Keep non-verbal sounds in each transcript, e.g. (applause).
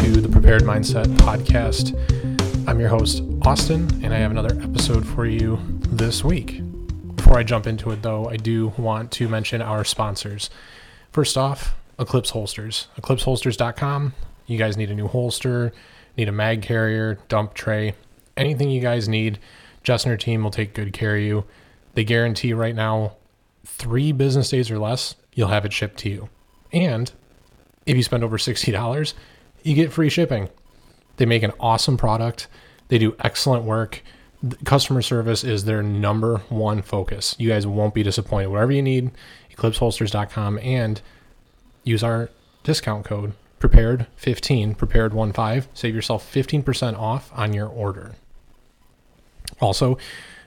Impaired Mindset podcast. I'm your host, Austin, and I have another episode for you this week. Before I jump into it, though, I do want to mention our sponsors. First off, Eclipse Holsters. EclipseHolsters.com. You guys need a new holster, need a mag carrier, dump tray, anything you guys need. Jess and her team will take good care of you. They guarantee right now three business days or less, you'll have it shipped to you. And if you spend over $60, you get free shipping. They make an awesome product. They do excellent work. Th- Customer service is their number one focus. You guys won't be disappointed. Whatever you need, eclipseholsters.com and use our discount code prepared15, prepared15, save yourself 15% off on your order. Also,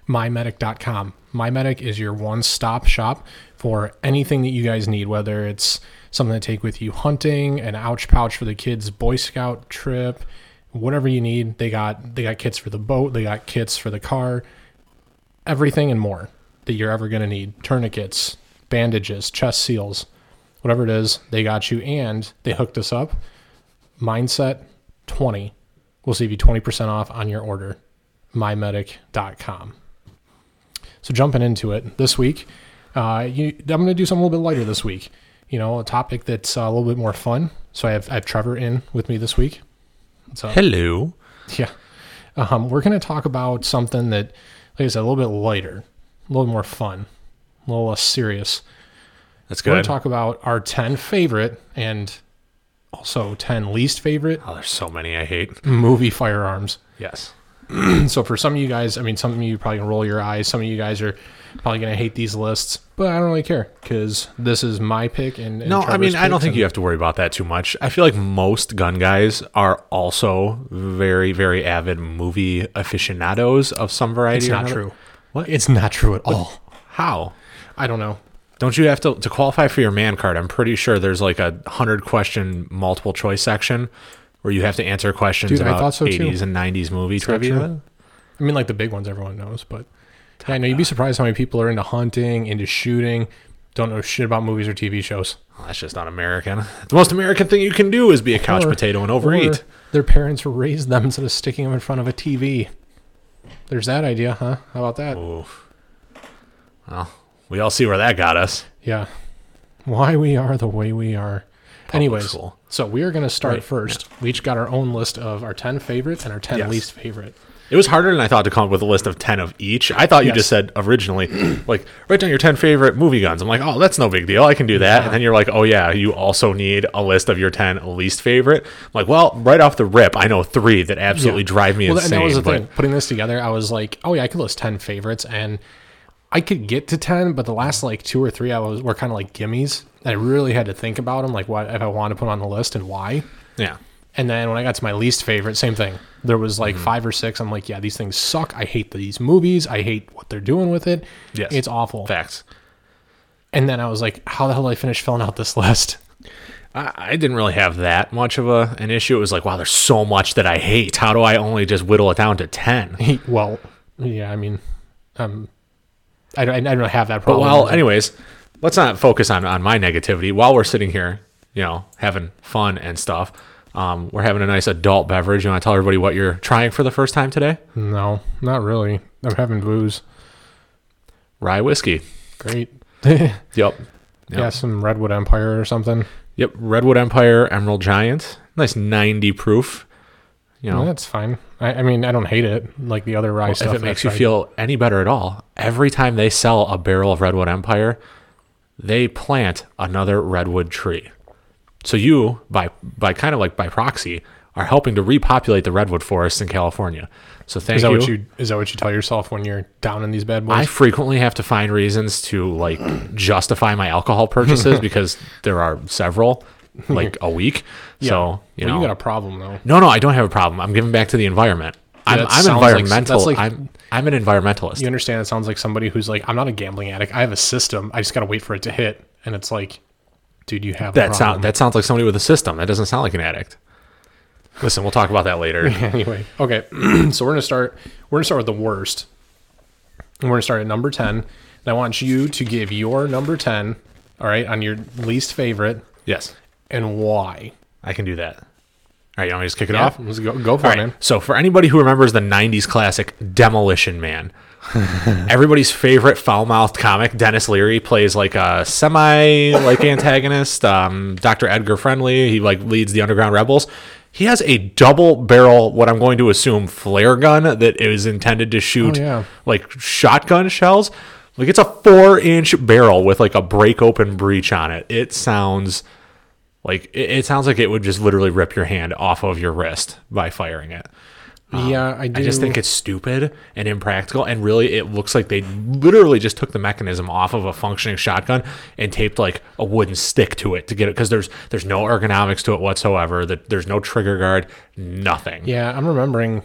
mymedic.com. MyMedic is your one stop shop for anything that you guys need, whether it's something to take with you hunting, an ouch pouch for the kids' Boy Scout trip, whatever you need. They got they got kits for the boat, they got kits for the car, everything and more that you're ever gonna need. Tourniquets, bandages, chest seals, whatever it is, they got you and they hooked us up. Mindset 20 will save you 20% off on your order. MyMedic.com. So jumping into it this week, uh, you, I'm going to do something a little bit lighter this week. You know, a topic that's uh, a little bit more fun. So I have I have Trevor in with me this week. (laughs) So Hello. yeah, um, we're going to talk about something that, like I said, a little bit lighter, a little more fun, a little less serious. That's We're going good. to talk about our 10 favorite and also 10 least favorite oh, there's so many I hate. movie firearms. Yes. So for some of you guys, I mean, some of you probably gonna roll your eyes. Some of you guys are probably gonna hate these lists, but I don't really care because this is my pick. And, and No, I Trevor's mean, I don't picks, think and you have to worry about that too much. I feel like most gun guys are also very, very avid movie aficionados of some variety. It's or not another. true. What? It's not true at all. How? I don't know. Don't you have to to qualify for your man card? I'm pretty sure there's like a hundred question multiple choice section where you have to answer questions Dude, I about thought so, too. 80s and 90s movie not trivia. true. I mean, like the big ones everyone knows, but yeah, I know you'd be surprised how many people are into hunting, into shooting, don't know shit about movies or TV shows. Well, that's just not American. The most American thing you can do is be a couch Or- potato and Or overeat. Their parents (laughs) raised them instead of sticking them in front of a TV. There's that idea, huh? How about that? Oof. Well, we all see where that got us. Yeah. Why we are the way we are. Anyways, school. so we are going to start Right, first. We each got our own list of our 10 favorites and our 10 Yes. least favorite. It was harder than I thought to come up with a list of 10 of each. I thought you Yes. just said originally, like, write down your 10 favorite movie guns. I'm like, oh, that's no big deal. I can do that. And then you're like, oh, yeah, you also need a list of your 10 least favorite. I'm like, well, right off the rip, I know three that absolutely Yeah. drive me Well, insane. and that was the but thing. Putting this together, I was like, oh yeah, I could list 10 favorites and I could get to 10, but the last like two or three I was were kind of like gimmies. I really had to think about them, like what if I wanted to put 'em on the list and why. Yeah. And then when I got to my least favorite, same thing. There was Mm-hmm. like five or six. I'm like, yeah, these things suck. I hate these movies. I hate what they're doing with it. Yes. It's awful. Facts. And then I was like, how the hell did I finish filling out this (laughs) list? I, I didn't really have that much of a, an issue. It was like, wow, there's so much that I hate. How do I only just whittle it down to 10? well, yeah, I mean, um, I, don't- I don't really have that But problem. while, anyways, let's not focus on, on my negativity. While we're sitting here, you know, having fun and stuff, um, we're having a nice adult beverage. You want to tell everybody what you're trying for the first time today? no, not really. I'm having booze. Rye whiskey. (laughs) Great. yeah. Yep. Yep. some Redwood Empire or something. Yep. Redwood Empire Emerald Giant. Nice 90 proof. You know, That's fine. I, I mean, I don't hate it like the other rye if stuff. it makes I you tried. feel any better at all, every time they sell a barrel of Redwood Empire, they plant another redwood tree. So you, by by kind of like by proxy, are helping to repopulate the redwood forest in California. So thank Is that you. what you is that what you tell yourself when you're down in these bad boys? I frequently have to find reasons to like (clears throat) justify my (laughs) alcohol purchases because there are several, like (laughs) a week. So you well, know, you got a problem though. no, no, I don't have a problem. I'm giving back to the environment. I'm, that I'm sounds like- environmental. that's like- I'm I'm an environmentalist. You understand? It sounds like somebody who's like, I'm not a gambling addict. I have a system. I just gotta wait for it to hit. And it's like, dude, you have a That problem. sound that sounds like somebody with a system. That doesn't sound like an addict. Listen, we'll talk about that (laughs) later. anyway, okay. (clears throat) so we're gonna start. We're gonna start with the worst. And we're gonna start at number ten. And I want you to give your number ten, all right, on your least favorite yes, and why. I can do that. All right, you want me to just kick it Yeah, off? let's go, go for All it, right, man. So for anybody who remembers the '90s classic Demolition Man, (laughs) everybody's favorite foul-mouthed comic, Dennis Leary, plays like a semi (laughs) like antagonist. Um, Dr. Edgar Friendly, he like leads the underground rebels. He has a double barrel, what I'm going to assume, flare gun that is intended to shoot Oh, yeah. like shotgun shells. Like it's a four inch barrel with like a break open breech on it. It sounds like it, it sounds like it would just literally rip your hand off of your wrist by firing it. yeah, I do. Uh, I just think it's stupid and impractical, and really, it looks like they literally just took the mechanism off of a functioning shotgun and taped like a wooden stick to it to get it because there's there's no ergonomics to it whatsoever. That there's no trigger guard, nothing. Yeah, I'm remembering.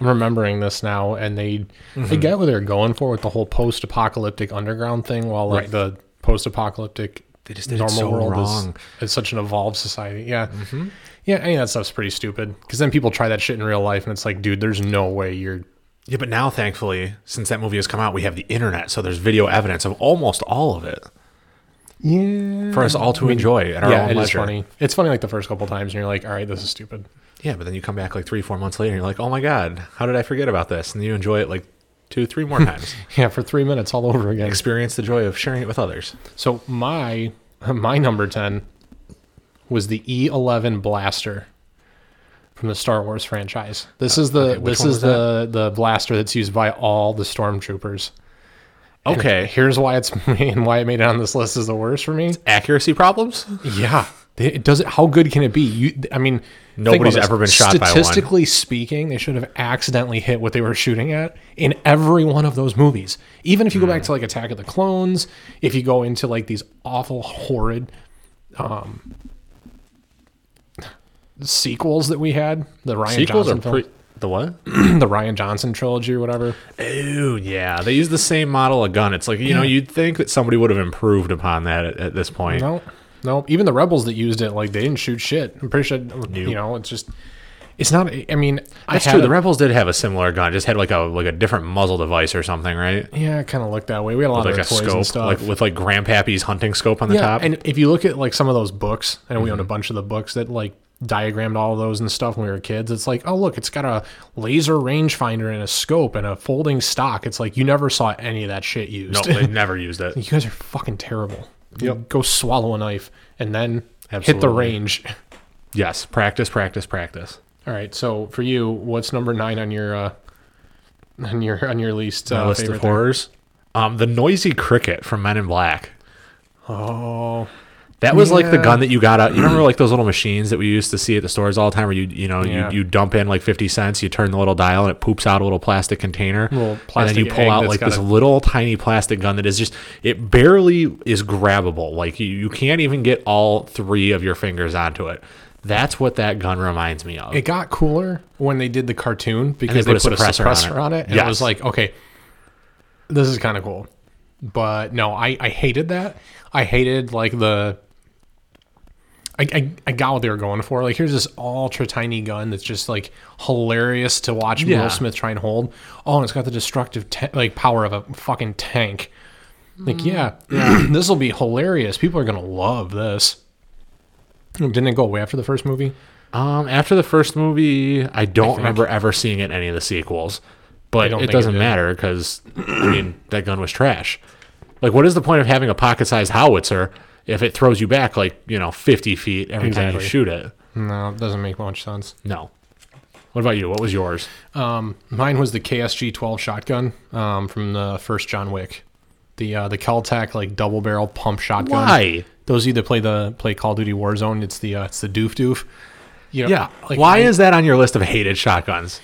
I'm remembering this now, and they they Mm-hmm. get what they're going for with the whole post-apocalyptic underground thing, while like Right. the post-apocalyptic They just did it so wrong. Mm-hmm. is is such an evolved society. Yeah, yeah, any of that stuff's pretty stupid. Because then people try that shit in real life, and it's like, dude, there's no way you're. Yeah, but now thankfully, since that movie has come out, we have the internet, so there's video evidence of almost all of it Yeah, for us all to enjoy at Mm-hmm. our yeah, own it is leisure. funny. It's funny like the first couple times, and you're like, all right, this is stupid. Yeah, but then you come back like three, four months later, and you're like, oh my god, how did I forget about this? And you enjoy it like two, three (laughs) more times. Yeah, for three minutes all over (laughs) again. Experience the joy of sharing it with others. So my (laughs) my number ten was the E eleven blaster from the Star Wars franchise. This is the okay, which this one is was the the blaster that's used by all the stormtroopers. Okay, Here's why it's (laughs) and why it made it on this list is the worst for me. accuracy problems. Yeah, it does it. How good can it be? You, I mean, think about Nobody's this. ever been shot by one. Statistically speaking, they should have accidentally hit what they were shooting at in every one of those movies. Even if you go back to like Attack of the Clones, if you go into like these awful, horrid um, sequels that we had, the Ryan Johnson film, the (clears throat) what? the Ryan Johnson trilogy or whatever. Ooh, yeah, they use the same model of gun. It's like you know, you'd think that somebody would have improved upon that at, at this point. No, no. Even the rebels that used it, like they didn't shoot shit. I'm pretty sure, you know, it's just. It's not. I mean, That's I had true. a- The rebels did have a similar gun, just had like a like a different muzzle device or something, right? Yeah, it kind of looked that way. We had a lot Like a of toys scope, and stuff. like with like Grandpappy's hunting scope on the yeah, top. Mm-hmm. and if you look at like some of those books, and we owned a bunch of the books that like diagrammed all of those and stuff when we were kids. It's like, oh look, it's got a laser rangefinder and a scope and a folding stock. It's like you never saw any of that shit no, used. they never used it. (laughs) you guys are fucking terrible. Go swallow a knife and then hit the Absolutely. range. (laughs) Yes, practice, practice, practice. All right, so for you, what's number nine on your uh, on your on your least My uh, list of favorite? there? horrors. Um, the noisy cricket from Men in Black. Oh, That was like the Yeah. gun that you got out. You remember like those little machines that we used to see at the stores all the time, where you you know Yeah. you, you dump in like fifty cents, you turn the little dial, and it poops out a little plastic container, Little and then plastic you pull egg out that's like got this a- little tiny plastic gun that is just it barely is grabbable. Like you, you can't even get all three of your fingers onto it. That's what that gun reminds me of. it got cooler when they did the cartoon because they, they put, a suppressor, on it. on it, and it was Yes. like, okay, this is kind of cool. But no, I, I hated that. I hated like the. I, I, I got what they were going for. Like, here's this ultra tiny gun that's just like hilarious to watch Yeah. Will Smith try and hold. Oh, and it's got the destructive ta- like power of a fucking tank. Like, Mm. yeah, (clears throat) this will be hilarious. People are gonna love this. Didn't it go away after the first movie? Um, after the first movie, I don't think. remember ever seeing it in any of the sequels, but don't it think it doesn't did. matter because I mean (clears throat) that gun was trash. Like, what is the point of having a pocket-sized howitzer if it throws you back like you know fifty feet every time you Exactly. shoot it? No, it doesn't make much sense. No. What about you? What was yours? Um, mine was the KSG 12 shotgun um, from the first John Wick, the uh, the Caltech like double barrel pump shotgun. Why? Those of you that play the play Call of Duty Warzone, it's the uh, it's the doof doof. You know, like, Why is that on your list of hated shotguns?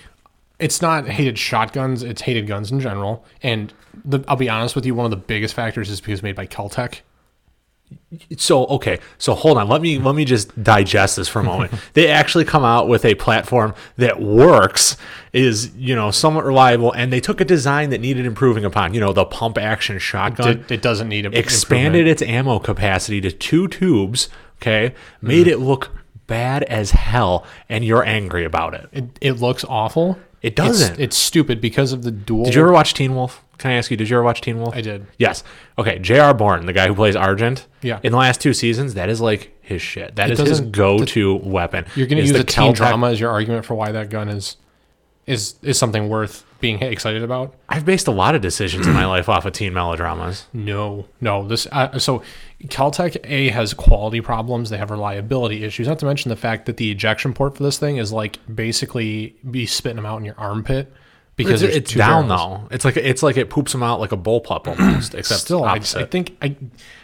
it's not hated shotguns; it's hated guns in general. And the, I'll be honest with you, one of the biggest factors is because it's made by Caltech. so okay so hold on let me let me just digest this for a moment they actually come out with a platform that works is you know somewhat reliable and they took a design that needed improving upon you know the pump action shotgun It, it doesn't need a expanded its ammo capacity to two tubes okay made it look bad as hell and you're angry about it It, it looks awful. It It's- doesn't. It's, stupid because of the dual. did you ever watch teen wolf can i ask you did you ever watch teen wolf I did. Yes. Okay. J.R. Bourne, the guy who plays Argent. Yeah. In the last two seasons, that is like his shit. That It is his doesn't- go-to weapon. You're going to is use the, teen Kel-Tec- drama as your argument for why that gun is is is something worth being excited about. I've based a lot of decisions in my life off of teen melodramas. No, no. This uh, so Caltech A has quality problems. They have reliability issues. Not to mention the fact that the ejection port for this thing is like basically be spitting them out in your armpit because Because there's it's, it's two down barrels. though. It's like it's like it poops them out like a bullpup almost, except Still, I, I opposite. think I,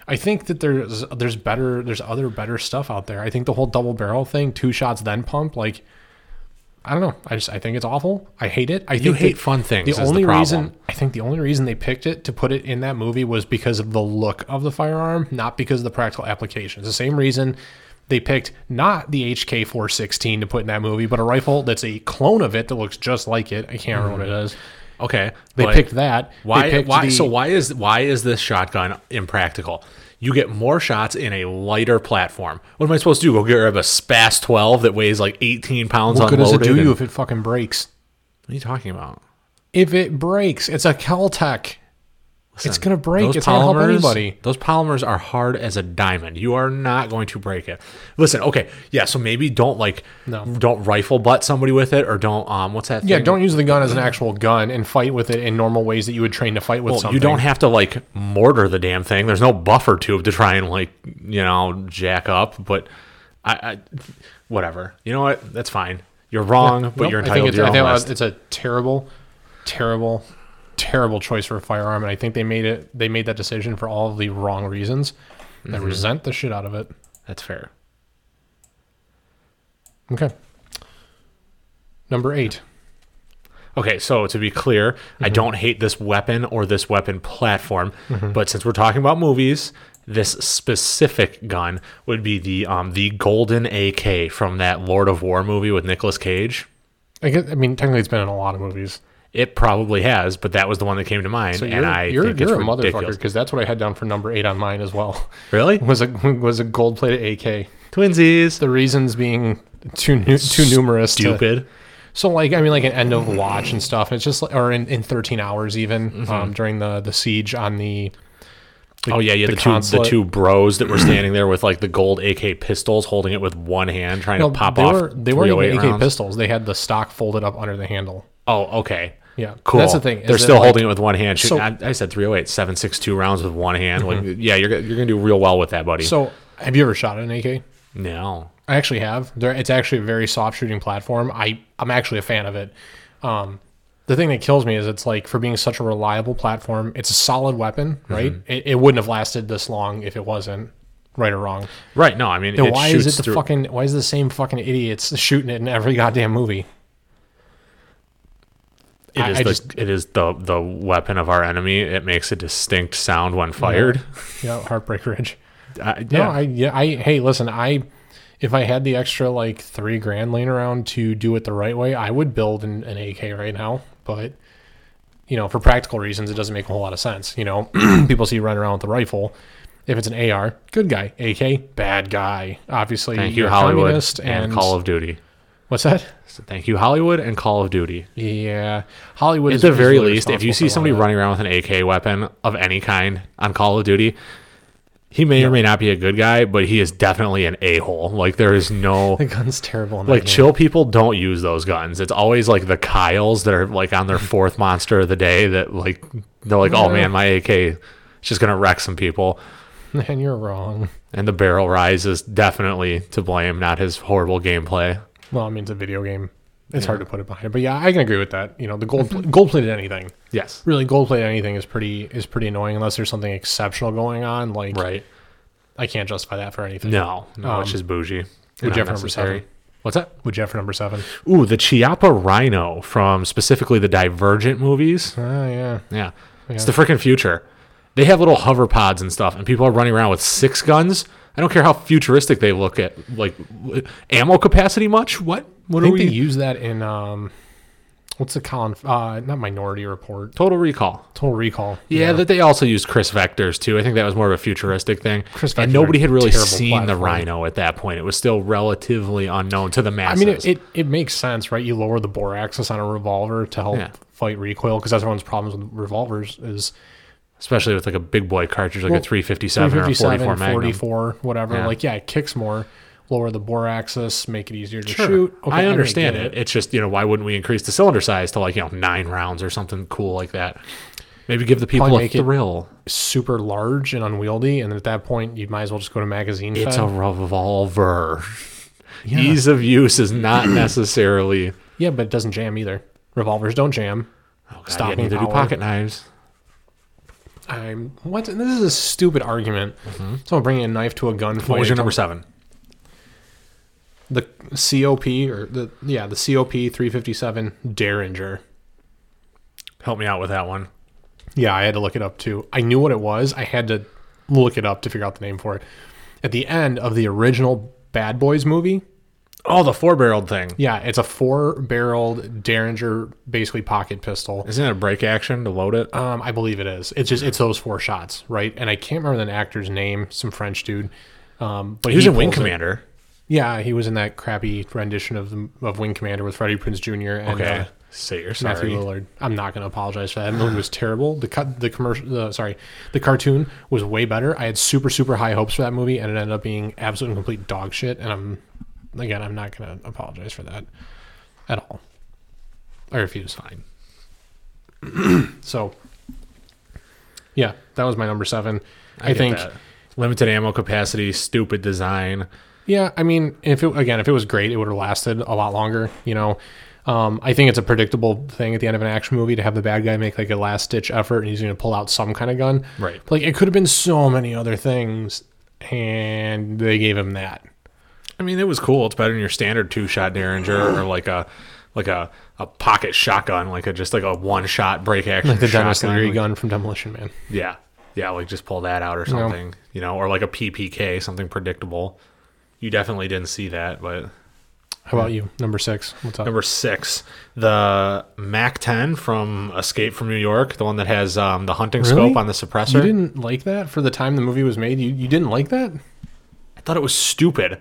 I think that there's there's better there's other better stuff out there. I think the whole double barrel thing, two shots then pump, like I don't know. I just I think it's awful. I hate it. I you think hate that- fun things. the is only problem. reason I think the only reason they picked it to put it in that movie was because of the look of the firearm, not because of the practical application. It's the same reason they picked not the HK 416 to put in that movie, but a rifle that's a clone of it that looks just like it. I can't remember what it is. Okay, They but picked that. They Mm-hmm. Why? picked why? the- so why is why is this shotgun impractical? You get more shots in a lighter platform. What am I supposed to do? Go get rid of a Spas 12 that weighs like 18 pounds what good does unloaded? it do and- you what if it fucking breaks? are you talking about? If it breaks, it's a Caltech. it's gonna break. Those It's not gonna help anybody. Those polymers are hard as a diamond. You are not going to break it. Listen, okay, yeah. So maybe don't like, No. don't rifle butt somebody with it, or don't um, what's that? Yeah, thing? don't use the gun as an actual gun and fight with it in normal ways that you would train to fight with something. You don't have to like mortar the damn thing. There's no buffer tube to try and like you know jack up. But I, I whatever. You know what? That's fine. You're wrong, but Nope, you're I entitled think to it's, your I own think list. It's a terrible, terrible, terrible choice for a firearm, and I think they made it. They made that decision for all of the wrong reasons. I Mm-hmm. resent the shit out of it. That's fair. Okay. Number eight. Okay, so to be clear, I Mm-hmm. don't hate this weapon or this weapon platform, but since we're talking about movies, this specific gun would be the um the golden AK from that Lord of War movie with Nicolas Cage. I guess. I mean, technically, it's been in a lot of movies. It probably has, but that was the one that came to mind, So you're, and I you're, think you're a it's motherfucker ridiculous. because that's what I had down for number eight on mine as well. (laughs) Really? Was a was a gold plated AK. Twinsies. The reasons being too nu- too numerous. to- Stupid. So like I mean like an end of watch and stuff. And it's just like, or in, in thirteen hours even um, during the the siege on the. the- Mm-hmm. oh yeah, you had the, two the consulate. two bros that were standing there with like the gold AK pistols, holding it with one hand, trying No, to pop they off. were they weren't 308 even AK rounds. pistols. They had the stock folded up under the handle. Oh, okay. Yeah, Cool. That's the thing. is They're that, still like, holding it with one hand. Shoot, So- Mm-hmm. I, I said 308, 762 rounds with one hand. Like, yeah, you're, go- you're going to do real well with that, buddy. So have you ever shot at an AK? no. I actually have. There, it's actually a very soft shooting platform. I I'm actually a fan of it. Um, the thing that kills me is it's like for being such a reliable platform. It's a solid weapon, right? Mm-hmm. It, it wouldn't have lasted this long if it wasn't right or wrong. Right. No, I mean, Then it why shoots is it the through- fucking why is it the same fucking idiots shooting it in every goddamn movie? It I- is, I the, just- it is the, the weapon of our enemy. It makes a distinct sound when fired. Yeah, Heartbreak Ridge. I- yeah. No, I yeah, I hey, listen, I if I had the extra like three grand laying around to do it the right way, I would build an, an AK right now. But you know, for practical reasons, it doesn't make a whole lot of sense. You know, (clears throat) people see you running around with a rifle. If it's an AR, good guy. AK, bad guy. Obviously, Thank you're you, a Hollywood communist and Call of Duty. what's that? So thank you, Hollywood and Call of Duty. Yeah, Hollywood. At is the is very really least, if responsible for you a see lot somebody of that. running around with an AK weapon of any kind on Call of Duty, he may or may not be a good guy, but he is definitely an a hole. Like there (laughs) is no the gun's terrible. in that like game. chill people don't use those guns. It's always like the Kyles that are (laughs) like on their fourth monster of the day that like they're like, oh Yeah. man, my AK is just gonna wreck some people. Man, you're wrong. And the barrel rise is definitely to blame, not his horrible gameplay. Well, I mean, it's a video game. It's hard to put it behind it, but yeah, I can agree with that. You know, the gold Mm-hmm. gold plated anything, Yes. really gold plated anything is pretty is pretty annoying unless there's something exceptional going on. Like Right. I can't justify that for anything. No, no, Um, it's just bougie. would and you have number unnecessary. seven? What's that? Would you have for number (sighs) seven? Ooh, the Chiappa Rhino from specifically the Divergent movies. Oh yeah, Ah, Yeah. It's the freaking future. They have little hover pods and stuff, and people are running around with six guns. I don't care how futuristic they look at, like w- ammo capacity much. What? What I are think they we? use that in um, what's the Colin? Uh, not Minority Report, Total Recall. Total Recall. Yeah, that they also used Chris Vectors too. I think that was more of a futuristic thing. Chris and Vectors nobody are had really terrible seen the platform. Rhino at that point. It was still relatively unknown to the I masses. mean, it, it, it makes sense, right? You lower the bore axis on a revolver to help Yeah. fight recoil because that's everyone's problems with revolvers is especially with like a big boy cartridge, like Well, a 357 or a 44 Magnum. 44, whatever. Yeah. Like, yeah, it kicks more, lower the bore axis, make it easier to Sure. shoot. Okay, I mean, understand get it. It's just, you know, why wouldn't we increase the cylinder size to like, you know, nine rounds or something cool like that? Maybe give the people Probably a make it- thrill. Super large and unwieldy, and at that point, you might as well just go to magazine. It's a fed. revolver. yeah. Ease of use is (clears throat) not necessarily yeah, but it doesn't jam either. Revolvers don't jam. oh, God, Stopping yeah, neither do power. pocket knives. I'm what? This is a stupid argument. Someone bringing a knife to a gunfight. Mm-hmm. What was your number seven? The COP or the yeah the COP 357 Derringer. Help me out with that one. Yeah, I had to look it up too. I knew what it was. I had to look it up to figure out the name for it. At the end of the original Bad Boys movie, Oh, the four barreled thing. yeah, it's a four-barreled Derringer, basically pocket pistol. Isn't it a break action to load it? Um, I believe it is. It's just it's those four shots, right? And I can't remember the actor's name. Some French dude. Um, but He was in Wing pulls it. Commander. Yeah, he was in that crappy rendition of the, of Wing Commander with Freddie Prinze Jr. and Okay. uh, Say you're Matthew sorry. Lillard. I'm not going to apologize for that. That movie was terrible. The cut, the commercial, the, sorry, the cartoon was way better. I had super super high hopes for that movie, and it ended up being absolute and complete dog shit. And I'm again, I'm not going to apologize for that at all. I refuse. Fine. (clears throat) so, yeah, that was my number seven. I, get think. that. limited ammo capacity, stupid design. Yeah, I mean, if it again, if it was great, it would have lasted a lot longer. You know, um, I think it's a predictable thing at the end of an action movie to have the bad guy make like a last ditch effort and he's going to pull out some kind of gun. Right. Like it could have been so many other things, and they gave him that. I mean, it was cool. It's better than your standard two shot Derringer or like a like a, a pocket shotgun, like a just like a one shot break action. Like the Dennis shotgun. Leary Like- gun from Demolition Man. Yeah. Yeah, like just pull that out or know. something. You know, or like a PPK, something predictable. You definitely didn't see that, but How about you? Number six. What's up? number six, the Mac ten from Escape from New York, the one that has um, the hunting Really? scope on the suppressor. you didn't like that for the time the movie was made. You you didn't like that. I thought it was stupid.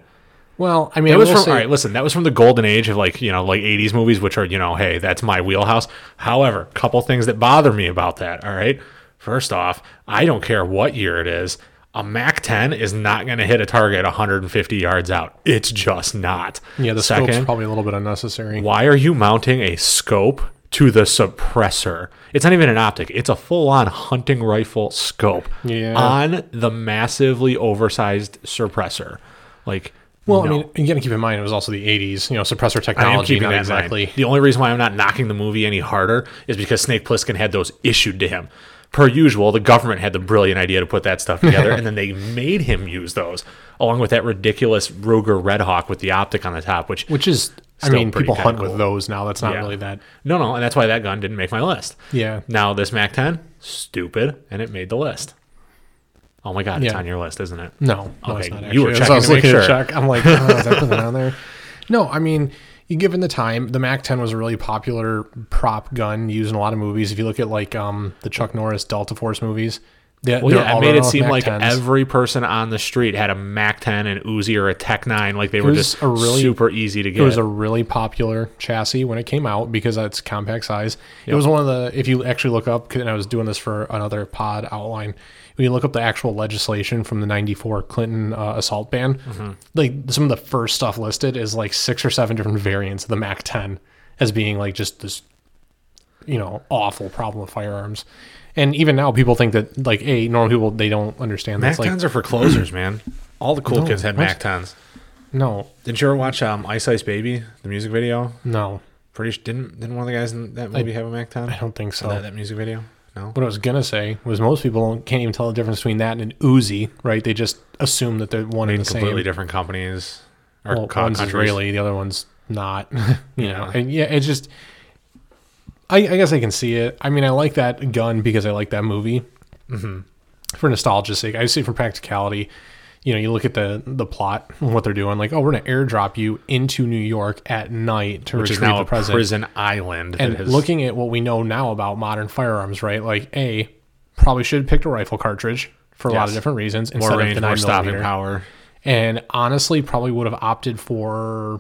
Well, I mean, It I was will from say- all right. Listen, that was from the golden age of like you know like '80s movies, which are you know, hey, that's my wheelhouse. However, couple things that bother me about that. All right, first off, I don't care what year it is. A Mac 10 is not going to hit a target 150 yards out. It's just not. Yeah, the scope's second. probably a little bit unnecessary. Why are you mounting a scope to the suppressor? It's not even an optic. It's a full-on hunting rifle scope Yeah. on the massively oversized suppressor. Like, Well, no. I mean, you got to keep in mind it was also the '80s. You know, suppressor I technology. am keeping not that in mind. exactly. The only reason why I'm not knocking the movie any harder is because Snake Plissken had those issued to him. Per usual, the government had the brilliant idea to put that (laughs) stuff together, and then they made him use those, along with that ridiculous Ruger Red Hawk with the optic on the top. Which, which is I Still mean, pretty people kinda hunt cool. with those now. That's not Yeah. really that. no, no, and that's why that gun didn't make my list. Yeah, Now this Mac 10, stupid, and it made the list. Oh my God, it's Yeah. Mm. on your list, isn't it? no, no, Okay, it's not you were actually. As checking I was to make looking at sure. Chuck. I'm like, oh, is that put that on (laughs) there? No, I mean, you given the time, the Mac 10 was a really popular prop gun used in a lot of movies. If you look at like um the Chuck Norris Delta Force movies, they, Well, they're yeah, all it made run it with seem Mac like 10s. every person on the street had a Mac 10, an Uzi, or a Tech 9. Like they were was just a really- super easy to get. It was a really popular chassis when it came out because that's compact size. It was one of the, if you actually look up, and I was doing this for another pod outline, when you look up the actual legislation from the 94 Clinton uh, assault ban, like some of the first stuff listed is like six or seven different variants of the MAC 10 as being like just this, you know, awful problem with firearms. And even now, people think that, like, A, normal people, they don't understand Mac that. It's like, 10s are (clears throat) for closers, man. All the cool No, kids had what? Mac 10s. no, Didn't you ever watch um, Ice Ice Baby, the music video? no, Pretty sh- didn't didn't one of the guys in that movie have a Mac 10? I don't think so. That, that music video? No. What I was gonna say was most people can't even tell the difference between that and an Uzi, right? They just assume that they're one and the same. Completely different companies or Well, co- one's countries. Israeli, the other one's not. (laughs) you know, Yeah. and yeah, it's just. I, I guess I can see it. I mean, I like that gun because I like that movie. Mm-hmm. For nostalgia's sake, I see it for practicality. You know, you look at the the plot and what they're doing. Like, oh, we're gonna airdrop you into New York at night to Which is retrieve now the a president prison island. that and has- looking at what we know now about modern firearms, right? Like, a probably should have picked a rifle cartridge for a lot of Yes. different reasons instead more of range, the more nine stopping millimeter. power. And honestly, probably would have opted for,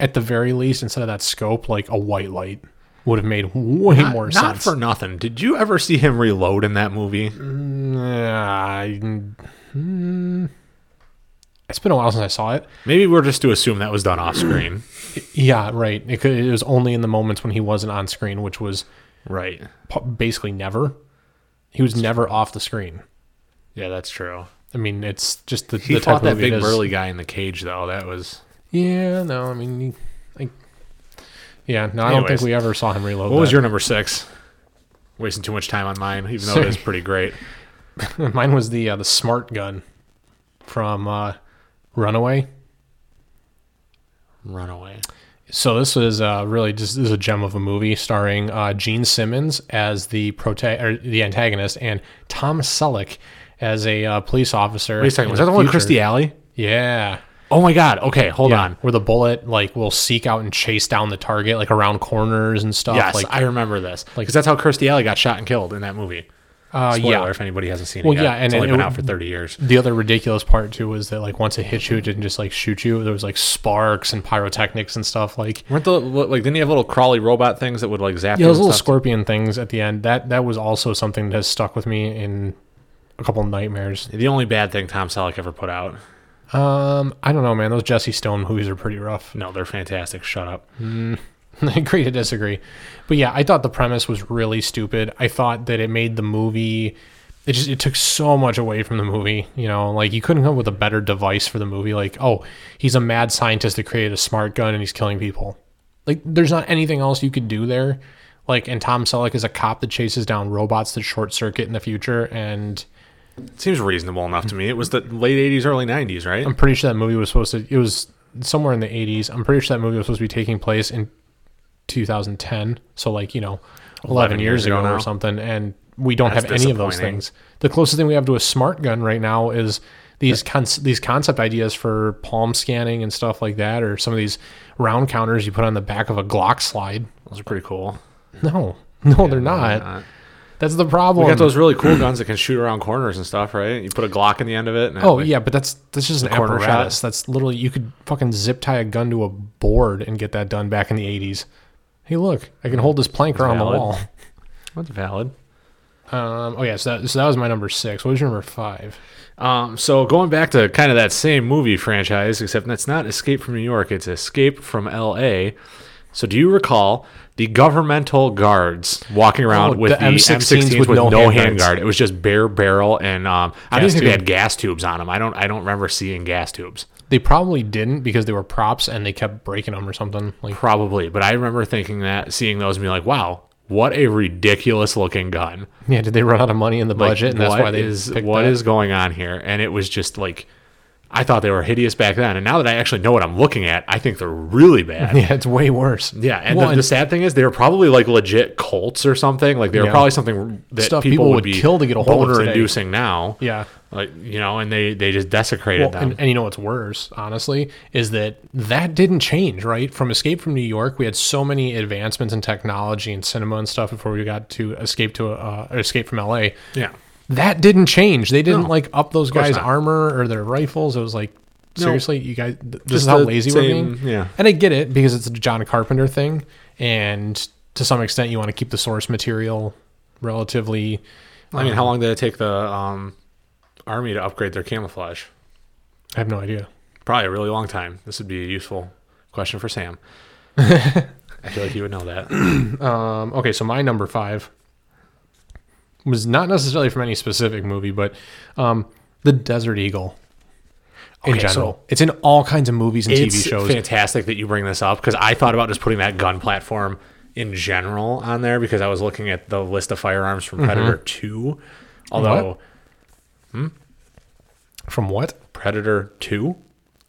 at the very least, instead of that scope, like a white light. would have made way Not- more not sense. for nothing. Did you ever see him reload in that movie? Nah, I- mm, it's been a while since I saw it. Maybe we're just to assume that was done (clears throat) off screen. Yeah, right. It, could, it was only in the moments when he wasn't on screen, which was right. pu- basically never. He was never off the screen. Yeah, that's true. I mean, it's just the, He the type fought of that movie it big is. burly guy in the cage, though. That was Yeah, no, I mean, he- I, yeah, no, I don't think Anyways. we ever saw him reload. what was that. your number six? Wasting too much time on mine, even though it is pretty great. (laughs) Mine was the uh, the smart gun from uh, Runaway. Runaway. So this is uh, really just this is a gem of a movie starring uh, Gene Simmons as the prota- or the antagonist and Tom Selleck as a uh, police officer. Wait a second. in Was that the one with future. Christy Alley? Yeah. Oh my God. Okay, hold on. Where the bullet like will seek out and chase down the target like around corners and stuff. Yes, Like, I remember this. Because that's how Kirstie Alley got shot and killed in that movie. uh, Spoiler yeah. if anybody hasn't seen it Well, yet. yeah, and it's only it- been it- out for 30 years. The other ridiculous part too was that like once it hit you, it didn't just like shoot you. There was like sparks and pyrotechnics and stuff. Like Weren't the, like, didn't you have little crawly robot things that would, like, zap yeah, you those and little stuff? scorpion things at the end. That that was also something that has stuck with me in a couple nightmares. the only bad thing Tom Selleck ever put out. Um, I don't know, man. Those Jesse Stone movies are pretty rough. No, they're fantastic. Shut up. (laughs) Agree to disagree, but yeah, I thought the premise was really stupid. I thought that it made the movie. It just it took so much away from the movie. You know, like you couldn't come up with a better device for the movie. Like, oh, he's a mad scientist that created a smart gun and he's killing people. Like, there's not anything else you could do there. Like, and Tom Selleck is a cop that chases down robots that short circuit in the future, and It seems reasonable enough to me. It was the late 80s, early 90s, right? I'm pretty sure that movie was supposed to. It was somewhere in the 80s. I'm pretty sure that movie was supposed to be taking place in 2010. So like you know, 11, years, years ago ago, now. or something. And we don't That's have any of those disappointing. things. The closest thing we have to a smart gun right now is these con- these concept ideas for palm scanning and stuff like that, or some of these round counters you put on the back of a Glock slide. Those are pretty cool. Uh, No, (laughs) no, they're not. not. That's the problem. We got those really cool guns that can shoot around corners and stuff, right? You put a Glock in the end of it. And Oh yeah, but that's that's just an corner shot. apparatus. That's literally you could fucking zip tie a gun to a board and get that done back in the eighties. Hey, look, I can hold this plank around valid. the wall. that's valid. Um, oh yeah, so that, so that was my number six. What was your number five? Um, so going back to kind of that same movie franchise, except that's not Escape from New York; it's Escape from L.A. So do you recall the governmental guards walking around Oh, with the the, M16s, M16s with, no, handguard? handguards. It was just bare barrel, and um, I don't Gas think they tube. had gas tubes on them. I don't. I don't remember seeing gas tubes. They probably didn't because they were props and they kept breaking them or something. Like Probably, but I remember thinking that, seeing those, and being like, "Wow, what a ridiculous looking gun!" yeah, did they run out of money in the Like, budget and that's what why they is- picked what that? is going on here? And it was just like, I thought they were hideous back then, and now that I actually know what I'm looking at, I think they're (laughs) really (laughs) bad. yeah, it's way worse. Yeah, and Well, the, the sad thing is they were probably like legit cults or something. Like they were Yeah. probably something that Stuff people, people would would be kill to get a hold of today. inducing now. yeah. Like you know, and they they just desecrated Well, them. and, and you know what's worse, honestly, is that that didn't change, right? From Escape from New York, we had so many advancements in technology and cinema and stuff before we got to Escape to uh, or Escape from L.A. yeah. That didn't change. They didn't like up those course guys' not. armor or their rifles. It was like seriously, you guys, th- this is Just how the lazy we're same- being. yeah. and I get it because it's a John Carpenter thing, and to some extent, you want to keep the source material relatively. I mean, how long did it take the um, army to upgrade their camouflage? I have no idea. Probably a really long time. This would be a useful question (laughs) for Sam. I feel like he would know that. Um, okay, so my number five was not necessarily from any specific movie, but um, the Desert Eagle. In Okay, so- general, it's in all kinds of movies and It's TV shows. fantastic that you bring this up because I thought about just putting that gun platform in general on there because I was looking at the list of firearms from Mm-hmm. Predator 2. Although From what? Predator 2,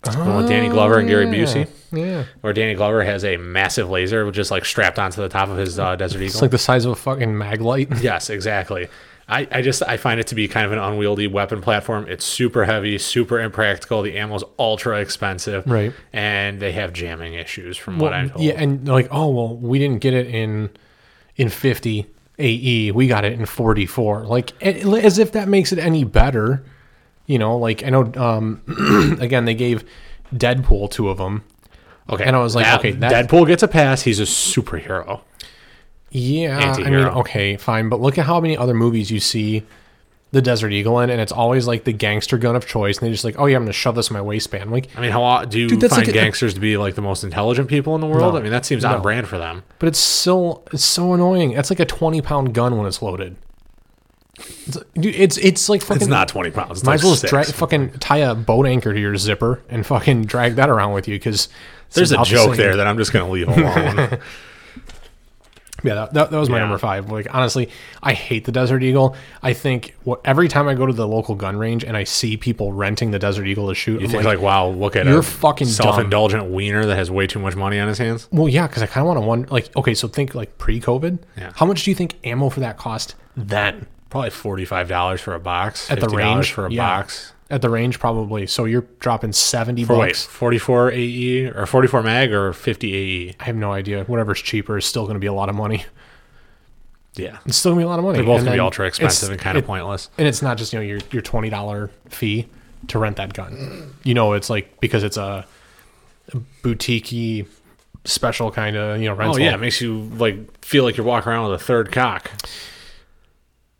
it's the one with Danny Glover and Gary Busey, Oh, Yeah, where Danny Glover has a massive laser which is like strapped onto the top of his uh, Desert Eagle. it's like the size of a fucking mag (laughs) light. Yes, exactly. I, I just I find it to be kind of an unwieldy weapon platform. It's super heavy, super impractical. The ammo's ultra expensive, Right. And they have jamming issues, from what Well, I'm told. yeah, and like, oh well, we didn't get it in in fifty AE. We got it in forty four. Like, a- as if that makes it any better. You know, like I know. Um, (clears throat) again, they gave Deadpool two of them. Okay, and I was like, okay, that- Deadpool gets a pass. He's a superhero. Yeah, I mean, Antihero. okay, fine, but look at how many other movies you see the Desert Eagle in, and it's always like the gangster gun of choice, and they're just like, oh yeah, I'm gonna shove this in my waistband. Like, I mean, how o- do you Dude, that's find like a- gangsters to be like the most intelligent people in the world? No. I mean, that seems No. on brand for them. but it's still it's so annoying. That's like a 20 pound gun when it's loaded. It's, dude, it's it's like fucking. It's not twenty pounds. It's Might like as well six. dra- fucking tie a boat anchor to your zipper and fucking (laughs) drag that around with you because There's a joke there that I'm just (laughs) gonna leave alone. Yeah, that, that, that was my Yeah. number five. Like, honestly, I hate the Desert Eagle. I think what, every time I go to the local gun range and I see people renting the Desert Eagle to shoot, You I'm think like, like, wow, look at You're a fucking dumb. self-indulgent wiener that has way too much money on his hands. well, yeah, because I kind of want to wonder, like, okay, so think like pre-COVID. Yeah. How much do you think ammo for that cost then Probably forty-five dollars for a box. at the $50 range for a Yeah. box. At the range, probably. So you're dropping seventy Or wait, bucks. forty-four AE or forty-four mag or fifty E? AE. I have no idea. Whatever's cheaper is still going to be a lot of money. Yeah, It's still going to be a lot of money. they're both And gonna be then ultra it's- expensive and kind of it- pointless. And it's not just you know your your twenty dollar fee to rent that gun. You know it's like because it's a boutiquey special kind of you know rental. Oh yeah, it makes you like feel like you're walking around with a third cock.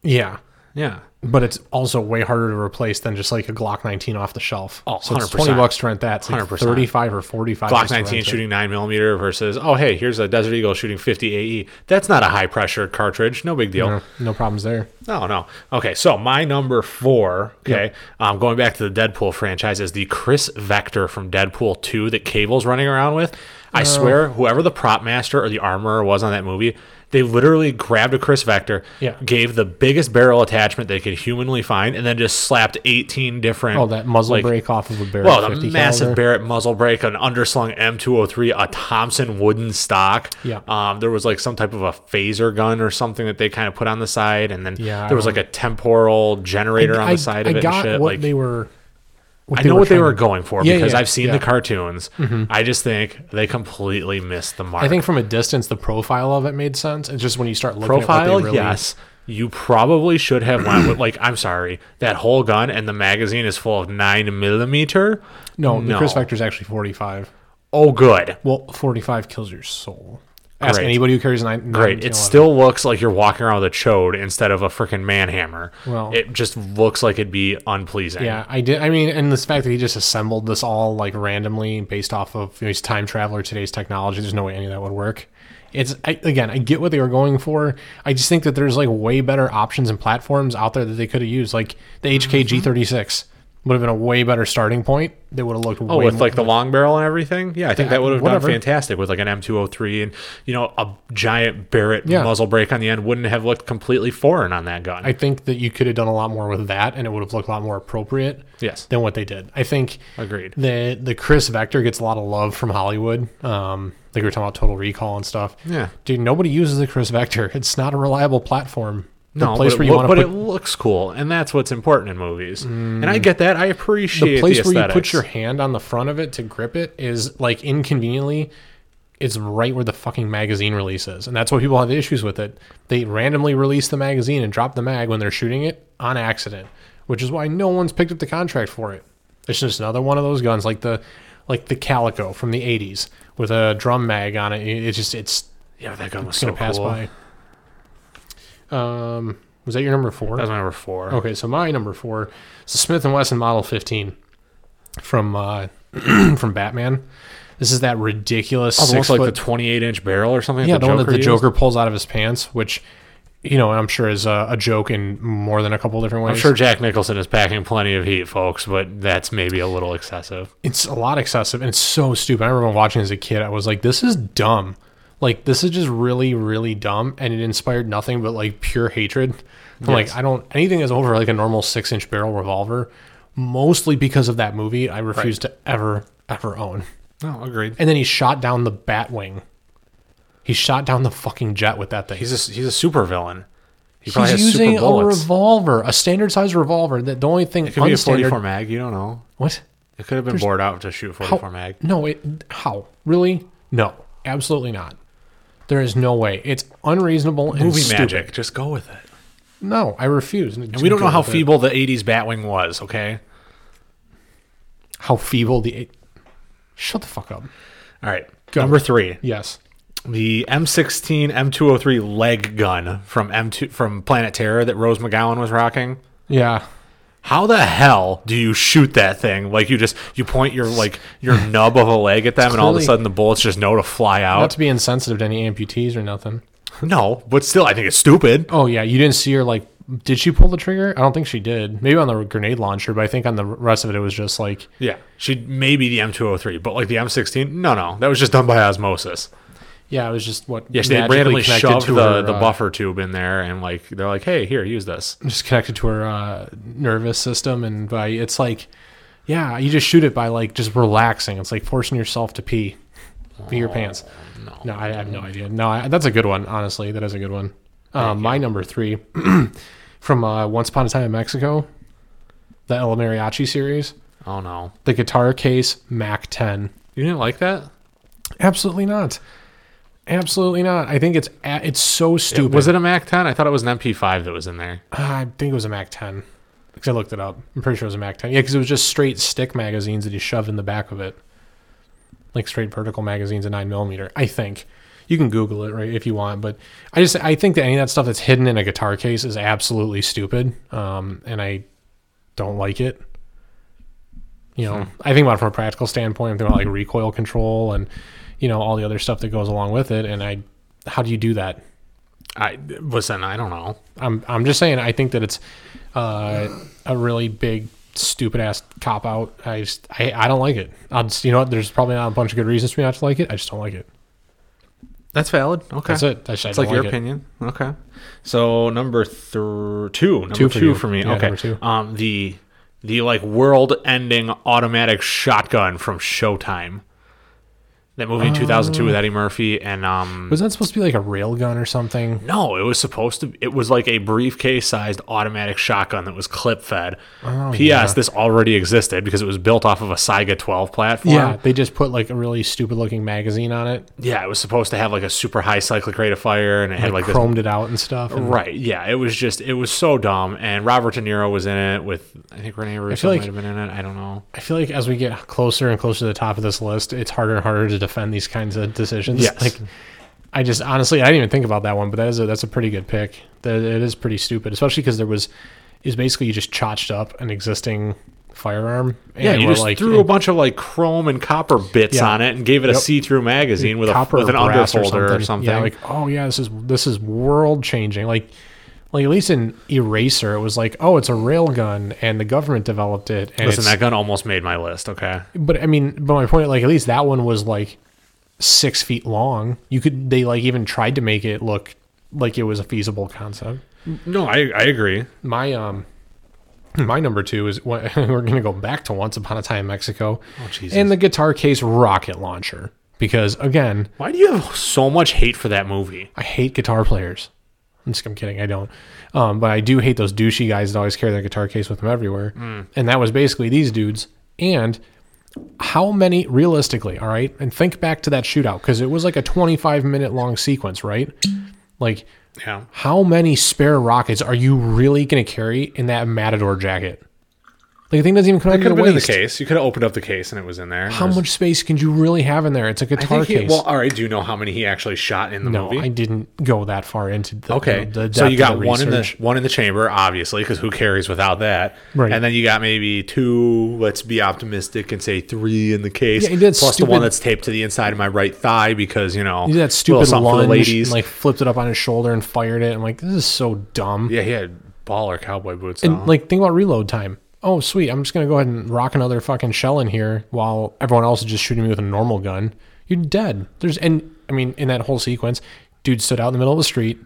yeah. Yeah, But it's also way harder to replace than just like a Glock 19 off the shelf. Oh, so it's 100%. twenty bucks to rent that. It's like 100%. 35 or 45. Glock just to 19 rent it. shooting 9 millimeter versus oh hey here's a Desert Eagle shooting 50 AE. That's not a high pressure cartridge. No big deal. No, no problems there. No, no. Okay, so my number four, okay, um, going back to the Deadpool franchise, is the Chris Vector from Deadpool 2 that Cable's running around with. Oh. I swear, whoever the prop master or the armorer was on that movie, they literally grabbed a Chris Vector, Yeah. gave the biggest barrel attachment they could humanly find, and then just slapped 18 different. Oh, that muzzle like, break off of a barrel. well, the 50 massive caliber. Barrett muzzle brake, an underslung M203, a Thompson wooden stock. Yeah. Um, there was like some type of a phaser gun or something that they kind of put on the side, and then Yeah, I there was like a temporal generator on I- the side I of it. got and shit. what like, they were. what I know what they trying were to- going for Yeah, because yeah, I've seen yeah. Mm-hmm. the cartoons. I just think they completely missed the mark. I think from a distance, the profile of it made sense. It's just when you start looking at profile, what they really yes. You probably should have went with like I'm sorry, that whole gun and the magazine is full of nine millimeter. No, the No. Chris Vector is actually 45. Oh, good. Well, 45 kills your soul. Ask Great. anybody who carries a nine. Great. It still looks like you're walking around with a chode instead of a freaking manhammer. Well- it just looks like it'd be unpleasing. Yeah, I did. I mean, and this fact that he just assembled this all like randomly based off of you know, he's a time traveler today's technology. There's no way any of that would work. It's I, again, I get what they were going for. I just think that there's like way better options and platforms out there that they could have used. Like the Mm-hmm. HKG 36 would have been a way better starting point. They would have looked. Oh, way with more- like the long barrel and everything. Yeah, I think Yeah, that would have Uh, whatever. done fantastic with like an M203 and you know a giant Barrett Yeah. muzzle brake on the end wouldn't have looked completely foreign on that gun. I think that you could have done a lot more with that, and it would have looked a lot more appropriate yes, than what they did. I think agreed. the the Chris Vector gets a lot of love from Hollywood. Um, like we were talking about Total Recall and stuff. Yeah. dude, nobody uses the Chris Vector. It's not a reliable platform. The No, place but, where it, you loo- want but to it put Mm. looks cool, and that's what's important in movies. And I get that. I appreciate the place where you aesthetics. put your hand on the front of it to grip it is like inconveniently. It's right where the fucking magazine release is, and that's why people have issues with it. They randomly release the magazine and drop the mag when they're shooting it on accident, which is why no one's picked up the contract for it. It's just another one of those guns, like the like the Calico from the '80s with a drum mag on it. It- It's just it's yeah, that gun was it's so gonna pass cool. By. by. Um, was that your number four? That was my number four. okay, so my number four is the Smith and Wesson Model 15 from uh, (clears throat) from Batman. This is that ridiculous Oh, it six looks like the foot, 28 inch barrel or something. yeah, the, one that Joker the used? Joker pulls out of his pants, which you know I'm sure is a, a joke in more than a couple different ways. I'm sure Jack Nicholson is packing plenty of heat, folks, but that's maybe a little excessive. it's a lot excessive and it's so stupid. I remember watching as a kid, I was like, this is dumb. Like this is just really, really dumb, and it inspired nothing but like pure hatred. I'm Like I don't anything that's over like a normal six inch barrel revolver, mostly because of that movie. I refuse to ever, ever own. No, agreed. And then he shot down the Batwing. He shot down the fucking jet with that thing. He's a he's a super villain. He probably He's has using super a bullets. revolver, a standard size revolver. That the only thing it could be a unstandard- 44 mag. You don't know. What? It could have been bored out to shoot 44 mag. Oh, No, it how? Really? No. Absolutely not. There is no way. It's unreasonable and Movie stupid. magic. Just go with it. No, I refuse. And we don't know how feeble the 80s Batwing was. Okay. how feeble the Shut the fuck up. All right. Number three. Yes. the M16 M203 leg gun from M2 from Planet Terror that Rose McGowan was rocking. Yeah. How the hell do you shoot that thing? Like you just you point your like your nub of a leg at them, and all of a clearly- sudden the bullets just know to fly Not out. to be insensitive to any amputees or nothing. No, but still, I think it's stupid. Oh yeah, you didn't see her like. Did she pull the trigger? I don't think she did. Maybe on the grenade launcher, but I think on the rest of it, it was just like Yeah, she maybe the M203, but like the M16, no, no, that was just done by osmosis. yeah, it was just what. Yeah, she they magically randomly connected shoved to the, her, the uh, buffer tube in there, and like they're like, hey, here, use this. just connected to her uh, nervous system and by it's like yeah you just shoot it by like just relaxing it's like forcing yourself to pee pee your pants Oh, no. no i have no idea no I, that's a good one honestly that is a good one um, my number three (clears throat) from uh, once upon a time in mexico the el mariachi series Oh no, the guitar case mac 10 you didn't like that? absolutely not absolutely not i think it's a- it's so stupid Was it a Mac 10? I thought it was an MP5 that was in there. Uh, I think it was a Mac 10 because I looked it up. I'm pretty sure it was a Mac 10. Yeah, because it was just straight stick magazines that he shoved in the back of it, like straight vertical magazines at nine millimeter. I think you can Google it right if you want, but I just I think that any of that stuff that's hidden in a guitar case is absolutely stupid, um, and I don't like it. You know, I think about it from a practical standpoint. I'm thinking about like recoil control and you know all the other stuff that goes along with it, and I how do you do that? I listen. I don't know. I'm I'm just saying I think that it's uh, a really big stupid ass cop out. I just I, I don't like it. I'll just you know what? There's probably not a bunch of good reasons for me not to like it. I just don't like it. That's valid. Okay, That's it. I just, I It's don't like your it. opinion. Okay. So number thr two, number Two two for for, you. me. Yeah, okay. number two. Um, the the like world-ending automatic shotgun from Showtime. That movie in 2002 with Eddie Murphy and um. Was that supposed to be like a rail gun or something? no, it was supposed to. It was like a briefcase-sized automatic shotgun that was clip-fed. P.S. yeah. This already existed because it was built off of a Saiga 12 platform. Yeah, they just put like a really stupid looking magazine on it, Yeah, it was supposed to have like a super high cyclic rate of fire, and it had like this chromed it out and stuff. and- Right. Yeah. It was just it was so dumb. And Robert De Niro was in it with I think Renee Russo like- might have been in it. I don't know. I feel like as we get closer and closer to the top of this list, it's harder and harder to defend these kinds of decisions. Yes. Like, I just honestly, I didn't even think about that one, but that is a, that's a pretty good pick. That it is pretty stupid, especially because there was is basically you just chotched up an existing firearm. And Yeah, you were just threw a bunch of like chrome and copper bits Yeah. on it and gave it a Yep. see-through magazine with a copper with an brass underfolder or something. Yeah, like oh yeah, this is this is world changing. Like like at least in Eraser, it was like oh it's a rail gun and the government developed it. And Listen, it's- that gun almost made my list. Okay. But I mean, but my point, like at least that one was like six feet long. You could they like even tried to make it look like it was a feasible concept. No, I I agree. My um, my number two is (laughs) what we're gonna go back to Once Upon a Time in Mexico, Oh, Jesus. and the guitar case rocket launcher because again, Why do you have so much hate for that movie? I hate guitar players. I'm just I'm kidding. I don't. Um, but I do hate those douchey guys that always carry their guitar case with them everywhere. Mm. And that was basically these dudes. And how many realistically? All right, and think back to that shootout because it was like a 25 minute long sequence, right? Like, Yeah. how many spare rockets are you really going to carry in that matador jacket? Like, the thing doesn't even come out of Could your have been in the waist. case. You could have opened up the case and it was in there. How much space can you really have in there? It's a guitar case. well, all right. Do you know how many he actually shot in the no, movie? I didn't go that far into the Okay, the- the so you depth got of the one in the research. one in the chamber, obviously, because who carries without that? Right. And then you got maybe two. Let's be optimistic and say three in the case. Yeah, he did plus the one stupid- that's taped to the inside of my right thigh because you know He did that little stupid something for the lunge, and, like flipped it up on his shoulder and fired it. I'm like, this is so dumb. yeah, he had baller cowboy boots. And on. like, think about reload time. Oh, sweet, I'm just gonna go ahead and rock another fucking shell in here while everyone else is just shooting me with a normal gun. You're dead. There's and I mean, in that whole sequence, dude stood out in the middle of the street.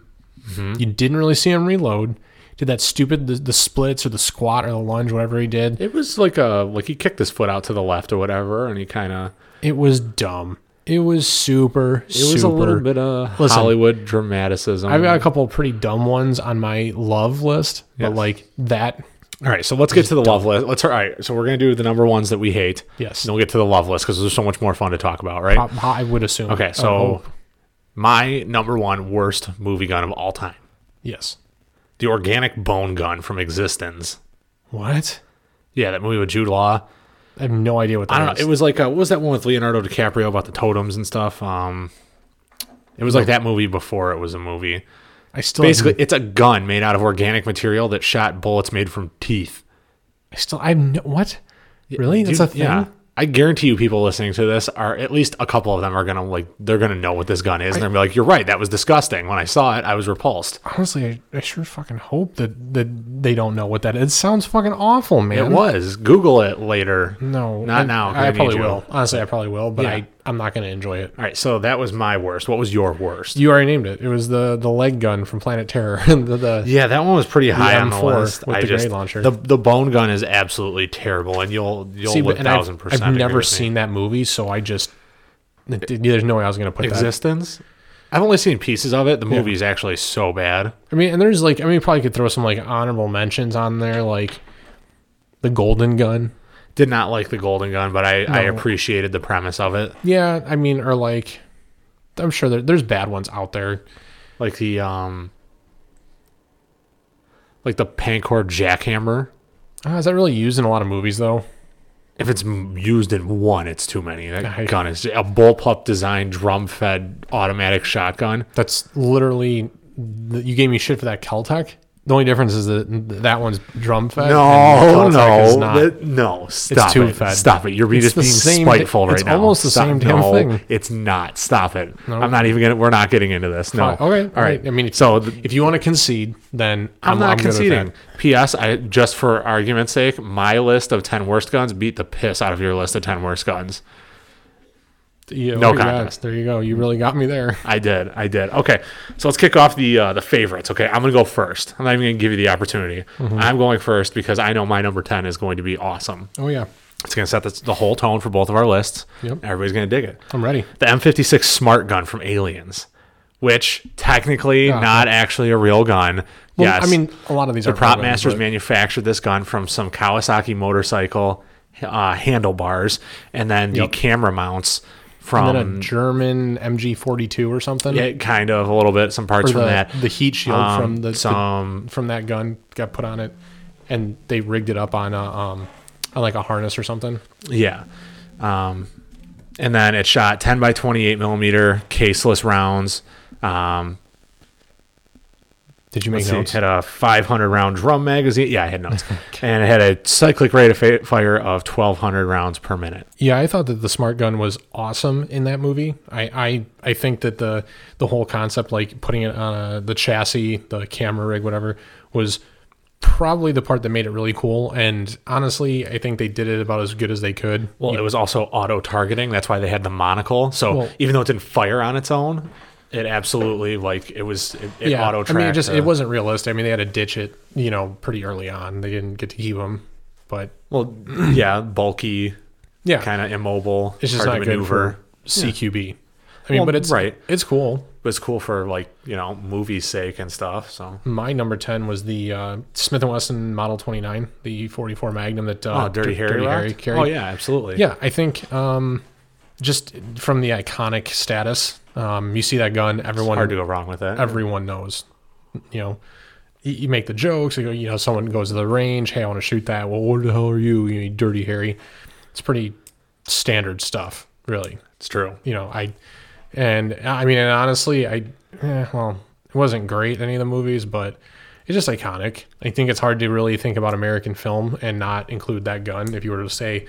Mm-hmm. You didn't really see him reload. Did that stupid the, the splits or the squat or the lunge, whatever he did. it was like a like he kicked his foot out to the left or whatever, and he kind of It was dumb. It was super. it was super a little bit of Listen. Hollywood dramaticism. I've got a couple of pretty dumb ones on my love list, but Yes. like that All right, so let's get to the love list. Let's all right. So we're gonna do the number ones that we hate. Yes. And we'll get to the love list because there's so much more fun to talk about, right? Prob- I would assume. Oh, Okay, I so hope. my number one worst movie gun of all time, yes. the organic bone gun from Existence. What? Yeah, that movie with Jude Law. I have no idea what that I don't know. is. It was like uh what was that one with Leonardo DiCaprio about the totems and stuff? Um, It was like that movie before it was a movie. I still Basically, it's a gun made out of organic material that shot bullets made from teeth. I still I'm no, what? Really? That's Dude, a thing. Yeah. I guarantee you, people listening to this are at least a couple of them are gonna like they're gonna know what this gun is, and they're gonna be like, "You're right, that was disgusting. When I saw it, I was repulsed." Honestly, I, I sure fucking hope that that they don't know what that is. It sounds fucking awful, man. It was. Google it later. No, Not I- now, 'cause I, I need probably you. will. Honestly, I probably will, but Yeah. I I'm not gonna enjoy it. All right, so that was my worst. What was your worst? You already named it. It was the the leg gun from Planet Terror. (laughs) the, the Yeah, that one was pretty high on the M4 list. with I the just grenade launcher. the the bone gun is absolutely terrible, and you'll you'll See, but- look and I've- thousand I've, percent. agree never with me. seen that movie, so I just it- it- there's no way I was gonna put that. existence. I've only seen pieces of it. The movie is actually so bad. I mean, and there's like I mean, you probably could throw some like honorable mentions on there, like the Golden Gun. Did not like the Golden Gun, but I, I No. appreciated the premise of it. Yeah, I mean, or like I'm sure there, there's bad ones out there. Like the um, like the Pancor jackhammer. Uh, is that really used in a lot of movies though? If it's m- used in one, it's too many. That I- gun is a bullpup designed, drum-fed automatic shotgun. That's literally th- you gave me shit for that Keltec. The only difference is that that one's drum fed. No, and Keltec is no, not. that- no! Stop too it! fed. Stop it! You're It's just the being same- spiteful right it's now. almost the Stop- same damn no, thing. It's not. Stop it! No. I'm not even gonna. We're not getting into this. No. Fine. Okay. All right. I mean, if- so th- If you want to concede, then I'm, I'm, not good with that. conceding. P.S. I just for argument's sake, my list of ten worst guns beat the piss out of your list of ten worst guns. Yeah, No oh, yeah, contest. there you go. You really got me there. I did. I did. Okay. So let's kick off the uh, the favorites. Okay. I'm gonna go first. I'm not even gonna give you the opportunity. Mm-hmm. I'm going first because I know my number ten is going to be awesome. Oh yeah, It's gonna set the, the whole tone for both of our lists. Yep. Everybody's gonna dig it. I'm ready. the M56 smart gun from Aliens, which technically Yeah. not actually a real gun. Well, yes, I mean, a lot of these the are prop programs, masters but- manufactured this gun from some Kawasaki motorcycle uh, handlebars, and then the Yep. camera mounts and then a from German MG42 or something. it, kind of a little bit, some parts or the, from that. the heat shield Um, from the, the- some from that gun got put on it, and they rigged it up on a um on like a harness or something. Yeah. Um, and then it shot 10 by 28 millimeter caseless rounds. Um, Did you make Let's see, notes? Had a 500 round drum magazine. Yeah, I had (laughs) notes, and it had a cyclic rate of fa- fire of 1,200 rounds per minute. Yeah, I thought that the smart gun was awesome in that movie. I I, I think that the the whole concept, like putting it on a, the chassis, the camera rig, whatever, was probably the part that made it really cool. And honestly, I think they did it about as good as they could. Well, it was also auto targeting. That's why they had the monocle. So Well- even though it didn't fire on its own, it absolutely like it was it, uh, it yeah, auto I tracked. mean, it just it wasn't realistic. I mean, they had to ditch it, you know, pretty early on. They didn't get to keep them, but well, yeah, bulky, yeah, kind of immobile. it's just hard not to good maneuver. for CQB. I mean, Well, but it's right. It's cool. But it's cool for like you know movie sake and stuff. So My number ten was the uh, Smith and Wesson Model Twenty Nine, the forty four Magnum that uh, oh, Dirty Dir- Harry, rocked? carried. Oh yeah, absolutely. yeah. I think um, just from the iconic status, um, you see that gun, everyone hard to go wrong with that. everyone knows. You know, you, you make the jokes. You, go, you know, someone goes to the range. Hey, I want to shoot that. Well, what the hell are you? You Dirty Harry. It's pretty standard stuff, really it's true. you know, I and I mean, and honestly, I eh, well, it wasn't great any of the movies, but it's just iconic. I think it's hard to really think about American film and not include that gun. If you were to say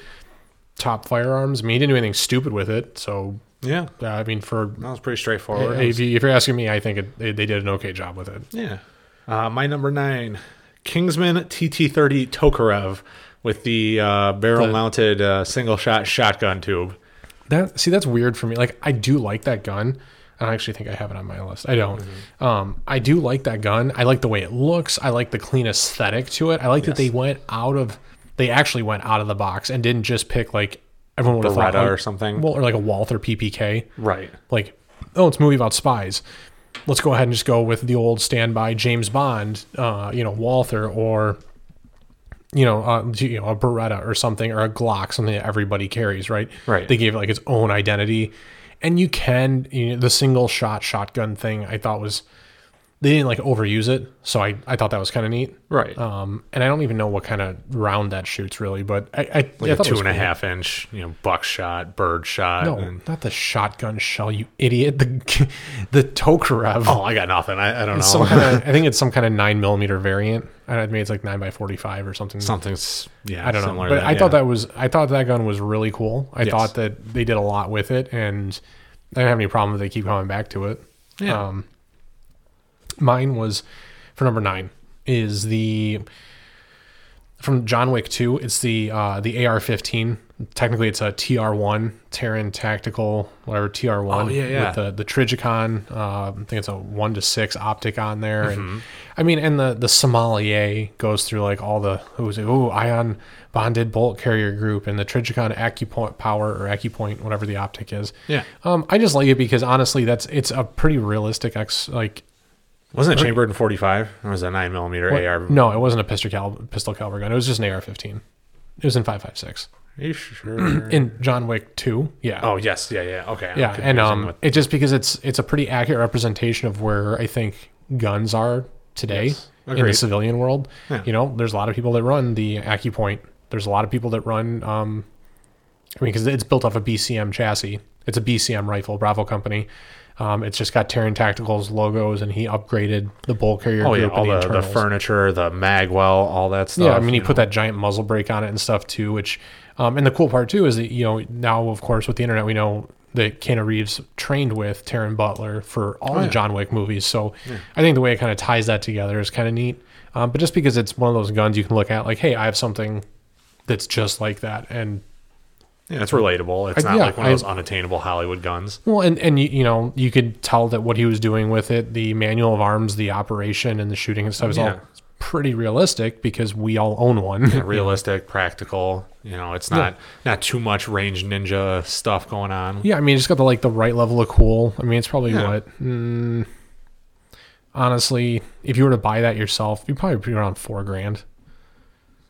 top firearms, I mean, he didn't do anything stupid with it, so Yeah, uh, I mean, for that was pretty straightforward. if, you, if you're asking me, I think it, they, they did an okay job with it. Yeah. Uh, my number nine, Kingsman TT30 Tokarev with the uh, barrel mounted uh, single shot shotgun tube. That see, that's weird for me. Like, I do like that gun. I don't actually think I have it on my list. I don't. Mm-hmm. Um, I do like that gun. I like the way it looks. I like the clean aesthetic to it. I like that they went out of. They actually went out of the box and didn't just pick like everyone would have thought Beretta like, or something. Well, or like a Walther PPK. Right. Like, oh, it's a movie about spies. Let's go ahead and just go with the old standby James Bond. Uh, you know, Walther or. You know, uh, you know, a Beretta or something, or a Glock, something that everybody carries, right? Right. They gave it like its own identity, and you can you know, the single shot shotgun thing. I thought was they didn't like overuse it, so I, I thought that was kind of neat. Right. Um, and I don't even know what kind of round that shoots really, but I, I, like I a thought it two was and a cool. half inch, you know, buckshot, bird shot. No, and- not the shotgun shell, you idiot. The (laughs) the Tokarev. oh, I got nothing. I, I don't know. Some kind (laughs) of, I think it's some kind of nine millimeter variant. I don't- maybe it's like nine by forty five or something. Something's yeah. I don't know, similar but to I thought yeah. that was I thought that gun was really cool. I Yes. thought that they did a lot with it, and I don't have any problem that they keep coming back to it. Yeah. Um, mine was for number nine is the from John Wick Two. It's the uh, the AR fifteen. Technically, it's a TR one Terran Tactical whatever TR one. Oh, yeah, yeah. With the the Trigicon. Uh, I think it's a one to six optic on there, Mm-hmm. and I mean, and the the sommelier goes through like all the who's oh ion bonded bolt carrier group and the Trigicon acupoint power or acupoint whatever the optic is. yeah. Um, I just like it because honestly, that's it's a pretty realistic ex like Wasn't it chambered in 45? Or was it a 9 millimeter what- AR? No, it wasn't a pistol caliber pistol caliber gun. It was just an AR-15. It was in 5.56 Are you sure? in John Wick 2. Yeah. oh, yes. Yeah, yeah. Okay. I'm yeah, and confusing um, with- it just because it's it's a pretty accurate representation of where I think guns are today Yes. in the Agreed. civilian world. Yeah. You know, there's a lot of people that run the AccuPoint. There's a lot of people that run. Um, I mean, because it's built off a BCM chassis. It's a BCM rifle, Bravo Company. Um, it's just got Terran Tactical's logos, and he upgraded the bull carrier oh, yeah. group All and the, the internals. furniture, the magwell, all that stuff. Yeah, I mean, he you put know. that giant muzzle brake on it and stuff too. Which, um, and the cool part too is that you know now, of course, with the internet, we know that Keanu Reeves trained with Taryn Butler for all the Oh, yeah. John Wick movies. So I think the way it kind of ties that together is kind of neat. Um, but just because it's one of those guns you can look at, like, hey, I have something that's just like that, and Yeah, it's relatable. It's I- not yeah, like one of I- those unattainable Hollywood guns. Well, and and you, you know you could tell that what he was doing with it, the manual of arms, the operation, and the shooting and stuff is Yeah. all pretty realistic because we all own one. (laughs) Realistic, practical. You know, it's not not too much range ninja stuff going on. Yeah, I mean, it's got the like the right level of cool. I mean, it's probably Yeah. what. Mm, honestly, if you were to buy that yourself, you'd probably be around four grand.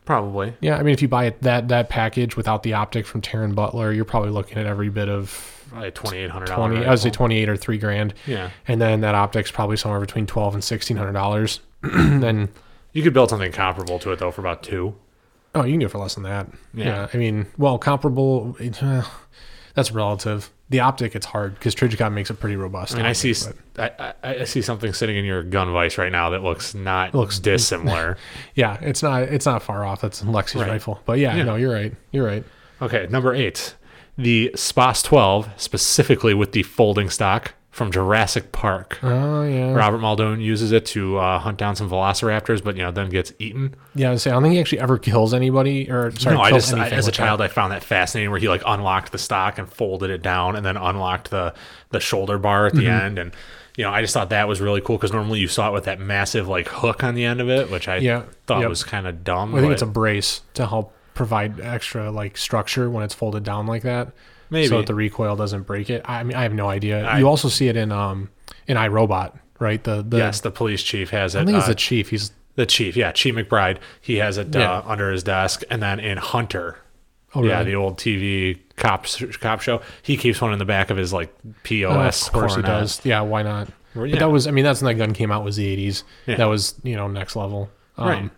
Probably. Yeah, I mean, if you buy it that that package without the optic from Taryn Butler, you're probably looking at every bit of Probably twenty eight hundred twenty. I would say twenty eight or three grand, Yeah. and then that optic's probably somewhere between twelve and sixteen hundred dollars. (clears throat) and You could build something comparable to it though for about two. oh, you can do it for less than that. Yeah. I mean, well, comparable. it- uh, that's relative. The optic, it's hard because Trigicon makes it pretty robust. I mean, I see, optic, s- but- I, I, I see something sitting in your gun vise right now that looks not Looks- (laughs) looks dissimilar. Yeah, it's not it's not far off. That's Lexi's Right. rifle. But yeah, Yeah. no, you're right. You're right. okay, number eight, the Spas 12, specifically with the folding stock from Jurassic Park. Oh yeah. Robert Muldoon uses it to uh, hunt down some velociraptors, but you know then gets eaten. Yeah, I was saying, I don't think he actually ever kills anybody or sorry, no, I kills just I, anything as a with child I found that fascinating where he like unlocked the stock and folded it down and then unlocked the the shoulder bar at the Mm-hmm. end and you know I just thought that was really cool because normally you saw it with that massive like hook on the end of it, which I Yeah, thought yep. was kind of dumb. that. I think but- it's a brace to help provide extra like structure when it's folded down like that. Maybe. So that the recoil doesn't break it. I mean I have no idea. I- you also see it in um in iRobot, right? The the yes, the police chief has it. I think it's uh, the chief. He's the chief, yeah, Chief McBride. He has it uh, Yeah. under his desk, and then in Hunter, Oh, yeah, really? the old TV cop cop show. He keeps one in the back of his like POS. Oh, of course he coronet. does. Yeah, why not? Well, But yeah. that was I mean that's when that gun came out was the eighties. Yeah. That was, you know, next level. Um, Right.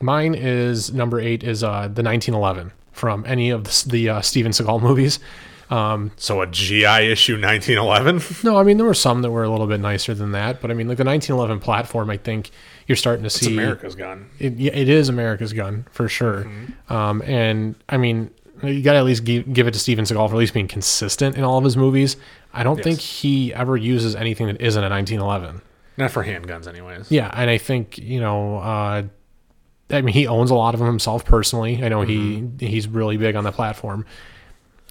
Mine is number eight is uh, the 1911 from any of the, s- the uh, Steven Seagal (laughs) movies. Um, So a GI issue (laughs) 1911. no, I mean there were some that were a little bit nicer than that, but I mean like the 1911 platform, I think you're starting to It's see America's gun. It, yeah, it is America's gun for sure. Um, and I mean you got to at least give, give it to Steven Seagal for at least being consistent in all of his movies. I don't think he ever uses anything that isn't a 1911. Not for handguns, anyways. Yeah, and I think you know, uh, I mean, he owns a lot of them himself personally. I know he he's really big on the platform.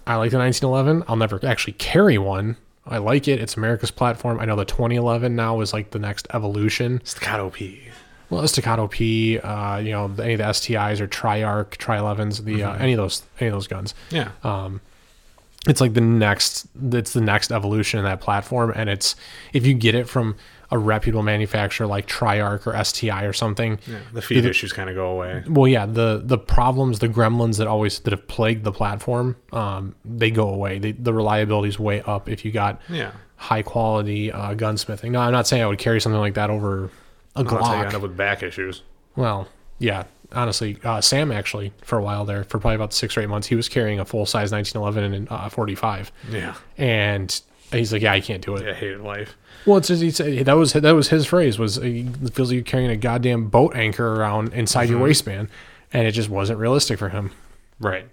I like the 1911. I'll never actually carry one. I like it. It's America's platform. I know the 2011 now is like the next evolution. Staccato P. Well, Staccato P, uh, you know, any of the STIs or Triarch, Tri 11s, the uh, any of those any of those guns. Yeah. Uh, It's like the next it's the next evolution in that platform, and it's if you get it from a reputable manufacturer like Triarch or STI or something, yeah. The feed issues kind of go away. well yeah the the problems the gremlins that always that have plagued the platform um they go away they, the reliability's way up if you got Yeah. high quality uh, gunsmithing. No, I'm not saying I would carry something like that over A I'll tell you, I Glock. know. with back issues. Well, yeah. Honestly, uh, Sam actually for a while there, for probably about six or eight months, he was carrying a full size 1911 and uh, 45, Yeah. and he's like, "Yeah, I can't do it." Yeah, I hated life. Well, it's just, he said that was that was his phrase was uh, it feels like you're carrying a goddamn boat anchor around inside Mm-hmm. your waistband, and it just wasn't realistic for him. Right.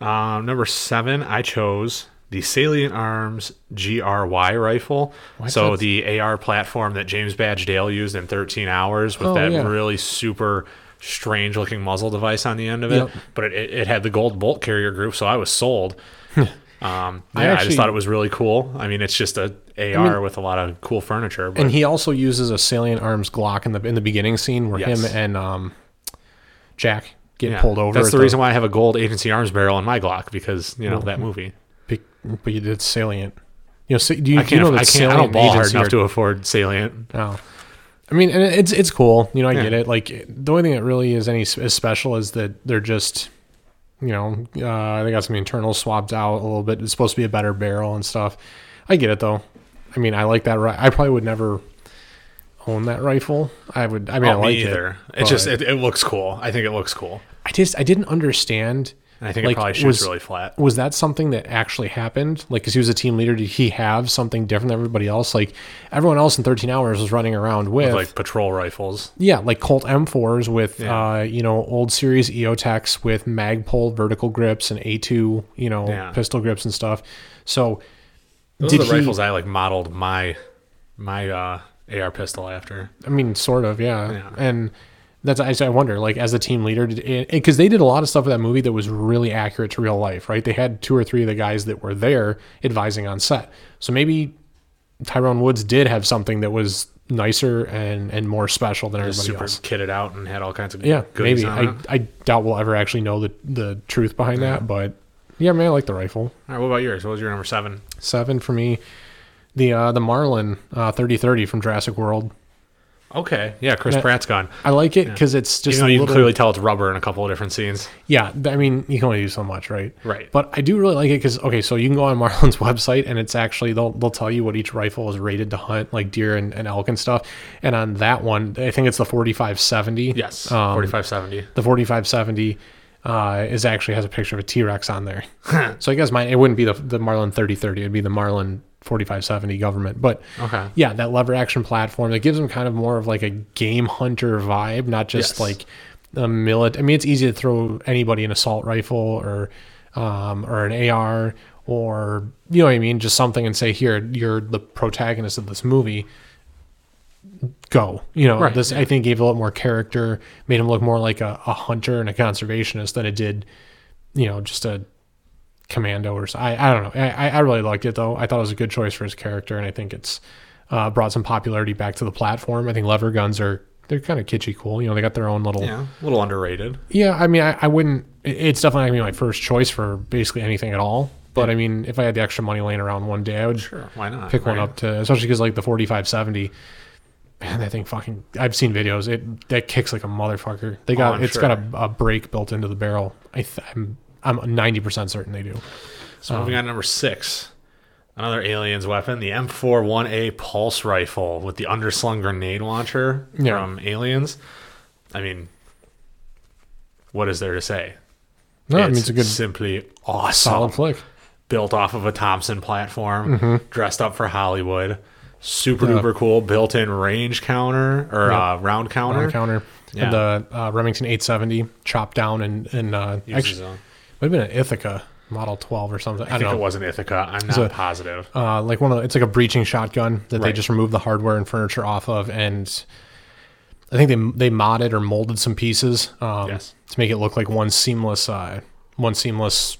Um, number seven, I chose the Salient Arms GRY rifle. What's so that? the AR platform that James Badge Dale used in 13 hours with Oh, that yeah. really super strange looking muzzle device on the end of it. Yep. But it- it, it had the gold bolt carrier group, so I was sold. um, yeah, I, (laughs) I actually- just thought it was really cool. I mean, it's just a AR with a lot of cool furniture. But And he also uses a salient arms Glock in the in the beginning scene where Yes. him and um, Jack get yeah, pulled over. That's at the reason why I have a gold agency arms barrel in my Glock because you know that movie. Pick- But you did salient. You know, sa- do you, I can't. you know that I can't. I salient don't ball hard agency enough are- to afford Salient. No. I mean, and it's it's cool. You know, I get it. Like the only thing that really is any s- is special is that they're just, you know, uh, they got some internals swapped out a little bit. It's supposed to be a better barrel and stuff. I get it though. I mean, I like that. Ri- I probably would never own that rifle. I would. I mean, I Oh, like me either. it. It's just but it, it looks cool. I think it looks cool, I just I didn't understand. and I think it Like, probably shoots was- really flat. Was that something that actually happened? Like, because he was a team leader, did he have something different than everybody else? Like, everyone else in 13 hours was running around with, Like patrol rifles. Yeah, like Colt M4s with Yeah. uh, you know old series EOTechs with Magpul vertical grips and A2 you know Yeah. pistol grips and stuff. So Those did are the he? rifles I like modeled my my uh, AR pistol after. I mean, sort of, yeah. Yeah. And that's I, I wonder, like as a team leader, because they did a lot of stuff with that movie that was really accurate to real life, right? They had two or three of the guys that were there advising on set, so maybe Tyrone Woods did have something that was nicer and and more special than Just everybody super else. kitted out and had all kinds of Yeah, goodies maybe. on it. I, I doubt we'll ever actually know the, the truth behind that, but yeah, man, I like the rifle. All right, what about yours? What was your number seven? Seven for me. The uh, the Marlin uh, thirty thirty from Jurassic World. Okay, yeah, Chris That- Pratt's gun. I like it because it's just You know, a you can little- clearly tell it's rubber in a couple of different scenes. yeah. th- I mean, you can only do so much, right? Right. But I do really like it because okay, so you can go on (laughs) Marlin's website and it's actually they'll they'll tell you what each rifle is rated to hunt like deer and, and elk and stuff. And on that one, I think it's the forty five seventy. Yes, Um, forty-five seventy. the 4570 uh, is actually has a picture of a T-Rex on there. so I guess mine it wouldn't be the the Marlin 3030, it'd be the Marlin 4570 government. But Okay. yeah, that lever action platform that gives them kind of more of like a game hunter vibe, not just Yes. like a millet. I mean, it's easy to throw anybody an assault rifle or um, or an AR or you know what I mean, just something and say here you're the protagonist of this movie. Go, you know. Right. This I think gave a lot more character, made him look more like a, a hunter and a conservationist than it did, you know, just a commando or so. I, I don't know. I, I- I really liked it though. I thought it was a good choice for his character, and I think it's uh, brought some popularity back to the platform. I think lever guns are they're kind of kitschy cool. You know, they got their own little. Yeah, Yeah, a little underrated. I mean, I, I wouldn't. it- It's definitely not gonna be my first choice for basically anything at all. But I mean, if I had the extra money laying around one day, I would Sure, why not? pick one right? up to, especially because like the forty five seventy. Man, that thing fucking! I've seen videos. It that kicks like a motherfucker. They Oh, got I'm it's got a, a brake built into the barrel. I th- I'm I'm ninety percent certain they do. So Uh-huh. moving on to number six, another alien's weapon, the M41A pulse rifle with the underslung grenade launcher Yeah. from Aliens. I mean, what is there to say? No, I mean it's a good simply awesome. solid flick. Built off of a Thompson platform, dressed up for Hollywood, super Yeah. duper cool, built-in range counter or Yeah. uh, round counter. on the counter. Yeah. And the uh, Remington 870 chopped down and and uh, Uses actually them. would have been an Ithaca Model 12 or something. I, I think don't it know. was an Ithaca. I'm not So- positive. Uh, like one of the, it's like a breaching shotgun that they Right. just removed the hardware and furniture off of, and I think they they modded or molded some pieces um, Yes. to make it look like one seamless uh, one seamless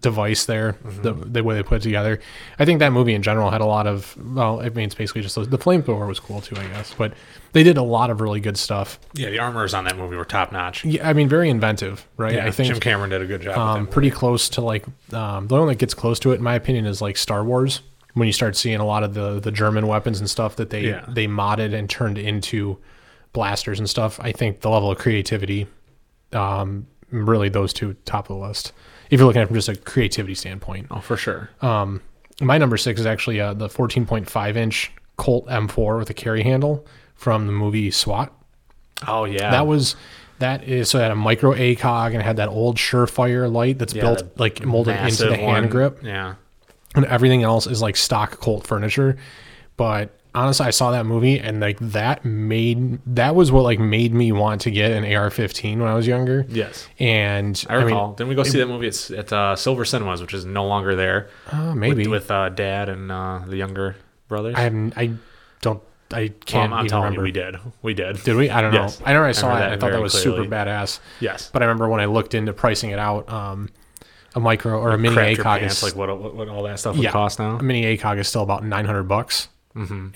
device there Mm-hmm. the, the way they put it together i think that movie in general had a lot of well i mean it's basically just those, the flamethrower was cool too i guess but they did a lot of really good stuff Yeah, the armors on that movie were top notch. Yeah, I mean, very inventive, right? Yeah, I think Jim Cameron did a good job. with that um, movie. pretty close to like um, the one that gets close to it, in my opinion, is like Star Wars. When you start seeing a lot of the the German weapons and stuff that they Yeah. they modded and turned into blasters and stuff, I think the level of creativity, um, really those two top of the list. If you're looking at it from just a creativity standpoint, Oh, for sure. um, my number six is actually uh, the 14.5 inch Colt M4 with a carry handle from the movie SWAT. Oh yeah, That was that is so it had a micro ACOG and it had that old Surefire light that's Yeah, built that like molded into massive the hand one. grip, Yeah, and everything else is like stock Colt furniture. But honestly, I saw that movie and like that made that was what like made me want to get an AR-15 when I was younger. yes. And I mean, recall. Didn't we go see that movie at, at uh, Silver Cinemas, which is no longer there? uh, maybe with, with uh, Dad and uh, the younger brothers. I haven't, I don't I can't Um, I'm even telling remember. you, we did. We did. Did we? I don't know. Yes. I remember I saw remember that. that I thought that very was clearly. super badass. Yes. But I remember when I looked into pricing it out, um, a micro or a mini Crapped your ACOG pants, is like what, what, what all that stuff would Yeah. Mm. cost now. Mm-hmm. a mini ACOG is still about 900 bucks.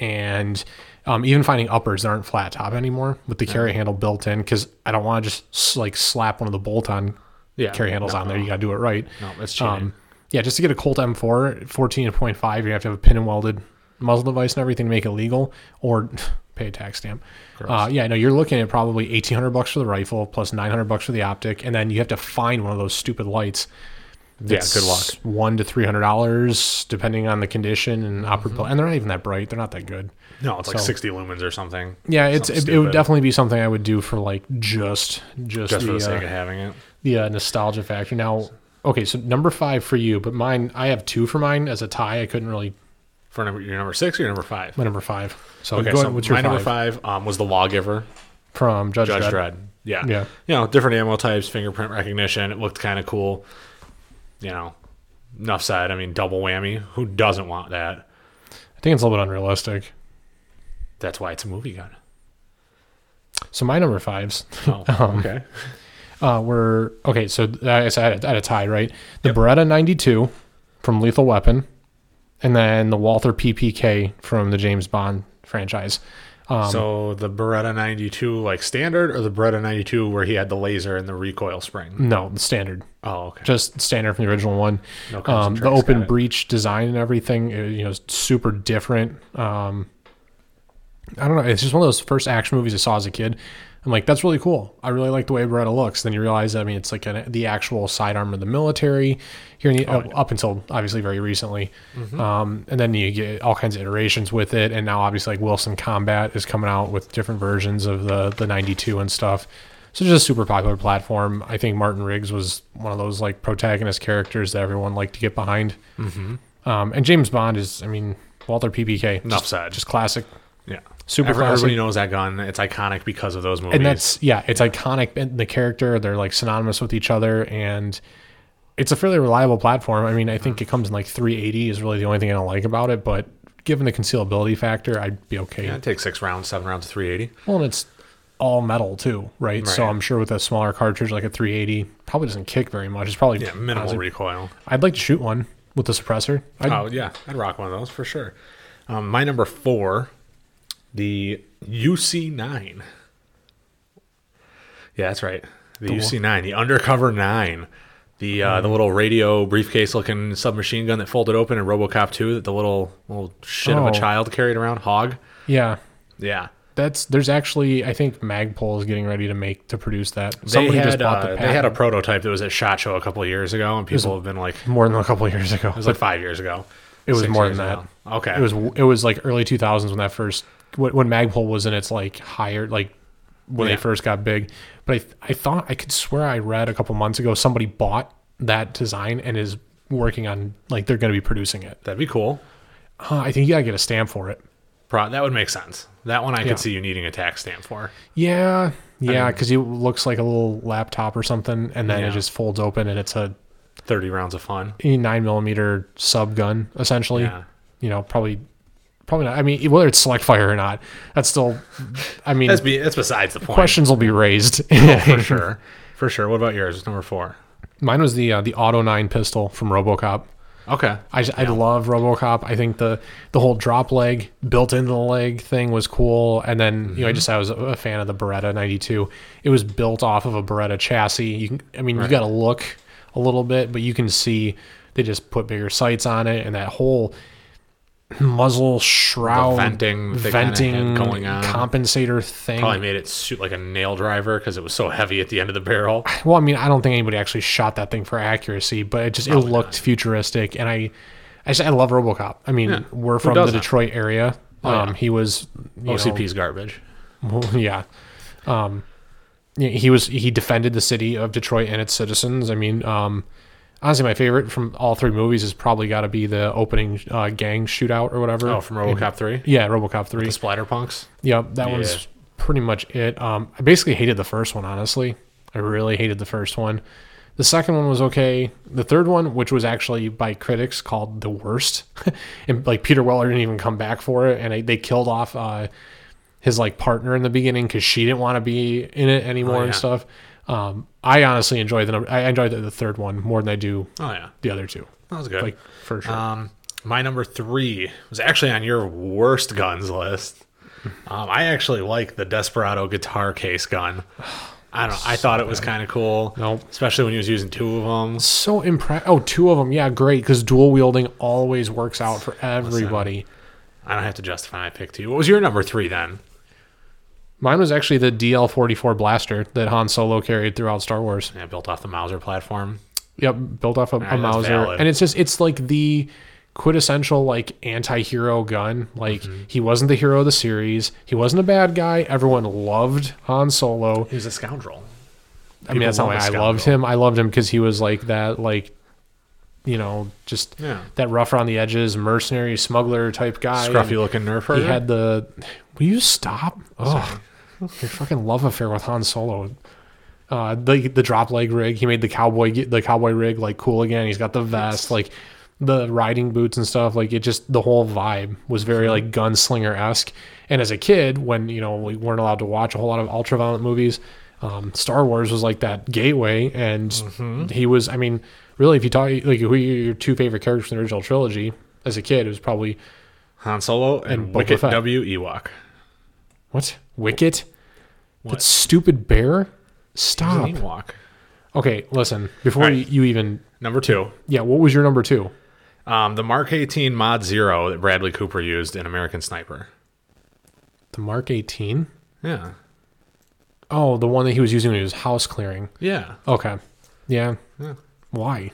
And um, even finding uppers that aren't flat top anymore with the carry handle built in, because I don't want to just s- like slap one of the bolt on Yeah. carry handles No, on there. no. You got to do it right. No, that's cheating. Um, yeah, just to get a Colt M4 14.5, you have to have a pin and welded muzzle device and everything to make it legal or (laughs) pay a tax stamp. Uh, yeah, no, you're looking at probably 1800 bucks for the rifle plus 900 bucks for the optic, and then you have to find one of those stupid lights. yeah. Good luck. It's One to three hundred dollars, depending on the condition and Mm-hmm. operability. And they're not even that bright; they're not that good. No, it's like So- 60 lumens or something. Yeah, it's Something it, it would stupid. definitely be something I would do for like just just, Just for the, the sake uh, of having it. the uh, nostalgia factor. Now, okay, so number five for you, but mine I have two for mine as a tie. I couldn't really For number, your number six or your number five? my number five. So Okay, go so ahead, what's your my five? number five um, was the Lawgiver, from Judge, Judge Dredd. Dredd. Yeah. Yeah. You know, different ammo types, fingerprint recognition. It looked kind of cool. You know, enough said. I mean, double whammy. Who doesn't want that? I think it's a little bit unrealistic. That's why it's a movie gun. So my number fives (laughs) Oh, Um, okay. uh, were okay. So th- I guess I had a, I had a tie, right? The Beretta 92 from Lethal Weapon, and then the Walther PPK from the James Bond franchise. um, so the Beretta 92, like standard, or the Beretta 92 where he had the laser and the recoil spring? No, the standard, Oh, okay. Mm. just standard from the original one. No um, the concentrates, got open it. breech design and everything, it, you know, is super different. Um, I don't know. It's just one of those first action movies I saw as a kid. I'm like, that's really cool. I really like the way Beretta looks. Then you realize, I mean, it's like an, the actual sidearm of the military here in the, Oh, up until obviously very recently. Mm-hmm. Um, and then you get all kinds of iterations with it. And now obviously like Wilson Combat is coming out with different versions of the, the 92 and stuff. So just a super popular platform. I think Martin Riggs was one of those like protagonist characters that everyone liked to get behind. Mm-hmm. Um, and James Bond is, I mean, Walter PPK. Enough just, said. Just classic yeah. super Every- classic. Everybody knows that gun. It's iconic because of those movies. and that's yeah it's iconic and the character they're like synonymous with each other and it's a fairly reliable platform i mean i think it comes in like 380 is really the only thing i don't like about it but given the concealability factor i'd be okay yeah, it takes six rounds, seven rounds, 380. well and it's all metal too right? so Right. i'm sure with a smaller cartridge like a 380 probably doesn't kick very much it's probably Yeah, minimal honestly, recoil. i'd like to shoot one with the suppressor I'd, oh yeah, I'd rock one of those for sure. Um, my number four, the UC nine. Yeah, that's right. The, UC nine, the undercover nine, the uh, the little radio briefcase looking submachine gun that folded open in RoboCop two that the little little shit of Oh. a child carried around, hog. yeah Yeah, that's there's actually i think magpul is getting ready to make to produce that they had uh, they had a patent prototype that was at Shot Show a couple of years ago, and people have been like, it more than a couple of years ago was like five years ago. It was six more than years that. ago. Okay, It was it was like early 2000s when that first when, when Magpul was in its like higher like when Yeah. they first got big. But I th- I thought I could swear I read a couple months ago somebody bought that design and is working on like they're going to be producing it. that'd be cool. Uh, I think you got to get a stamp for it. Pro- that would make sense. That one I Yeah. could see you needing a tax stamp for. Yeah. Yeah, because it looks like a little laptop or something, and then Yeah. it just folds open, and it's a 30 rounds of fun. nine millimeter sub gun, essentially. Yeah. You know, probably, probably not. I mean, whether it's select fire or not, that's still. I mean, That's be that's besides the point. questions will be (laughs) raised. for sure. For sure. What about yours? Number 4. Mine was the uh, the Auto Nine pistol from RoboCop. Okay. I, I love RoboCop. I think the the whole drop leg built into the leg thing was cool. And then you know Mm-hmm. I just I was a, a fan of the Beretta '92. It was built off of a Beretta chassis. You can I mean you got to look a little bit, but you can see they just put bigger sights on it, and that whole muzzle shroud venting that they kinda had venting going on. compensator thing. Probably made it suit like a nail driver cuz it was so heavy at the end of the barrel. Well, I mean, I don't think anybody actually shot that thing for accuracy, but it just it looked futuristic, and I, I just I love RoboCop. I mean, Yeah. we're Who from the doesn't? Detroit area. Oh, yeah. um, he was you know, OCP's garbage. Well, (laughs) yeah. Um, yeah, he was he defended the city of Detroit and its citizens. I mean, um, honestly, my favorite from all three movies has probably got to be the opening uh, gang shootout or whatever. Oh, from RoboCop three, Yeah, RoboCop the three. Splatterpunks. Yep, that Yeah. one's pretty much it. Um, I basically hated the first one. Honestly, I really hated the first one. The second one was okay. The third one, which was actually by critics called the worst, (laughs) and like Peter Weller didn't even come back for it, and I, they killed off uh, his like partner in the beginning because she didn't want to be in it anymore Oh, yeah. and stuff. Um, I honestly enjoyed the number, I enjoyed the, the third one more than I do Oh yeah, the other two, that was good. like for sure. Um, my number three was actually on your worst guns list. Um, I actually like the Desperado guitar case (sighs) gun. I don't. I thought it was kind of cool. Nope. Especially when he was using two of them. so impressed. Oh, two of them. Yeah, great. Because dual wielding always works out for everybody. I don't have to justify my pick to you. What was your number three then? Mine was actually the DL44 blaster that Han Solo carried throughout Star Wars. Yeah, built off the Mauser platform. Yep, built off a, a right, that's Mauser, valid. and it's just it's like the quintessential like anti-hero gun. Like Mm-hmm. he wasn't the hero of the series. He wasn't a bad guy. Everyone loved Han Solo. He was a scoundrel. I mean, People that's not why love a I loved scoundrel. him. I loved him because he was like that, like you know, just Yeah. that rough around the edges, mercenary smuggler type guy. And- Scruffy looking nerf herder. He had the. Will you stop? Oh, your fucking love affair with Han Solo. Uh, the the drop leg rig. He made the cowboy the cowboy rig like cool again. He's got the vest, like the riding boots and stuff. Like it just the whole vibe was very like gunslinger esque. And as a kid, when you know we weren't allowed to watch a whole lot of ultraviolent movies, um, Star Wars was like that gateway. And he was. I mean, really, if you talk like who are your two favorite characters in the original trilogy as a kid, it was probably Han Solo and, and Boba Wicket Fett. W Ewok. What? Wicket? That stupid bear? Stop. An Ewok. Okay, listen. Before Alright. you, you even. Number two. Yeah, what was your number two? Um, the Mark 18 Mod Zero that Bradley Cooper used in American Sniper. The Mark 18? Yeah. Oh, the one that he was using when he was house clearing. Yeah. Okay. Yeah. Why?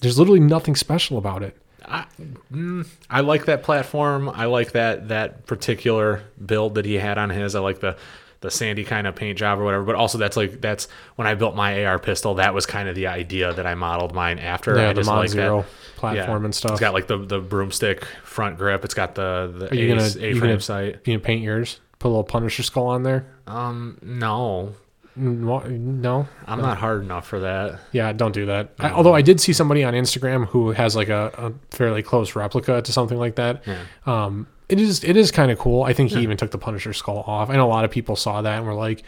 There's literally nothing special about it. I, mm, I like that platform. I like that that particular build that he had on his. I like the the sandy kind of paint job or whatever. But also that's like that's when I built my AR pistol. That was kind of the idea that I modeled mine after. yeah, I the just Mod like that- Zero yeah. platform and stuff. It's got like the the broomstick front grip. It's got the the Are you gonna- ace- you A-frame gonna- sight. you know, paint yours. Put a little Punisher skull on there. Um, no, Mm, wha- No, I'm not hard enough for that. Yeah, don't do that. Um, I, although I did see somebody on Instagram who has like a, a fairly close replica to something like that. Yeah. Um, it is it is kind of cool. I think he even took the Punisher skull off. I know a lot of people saw that and were like,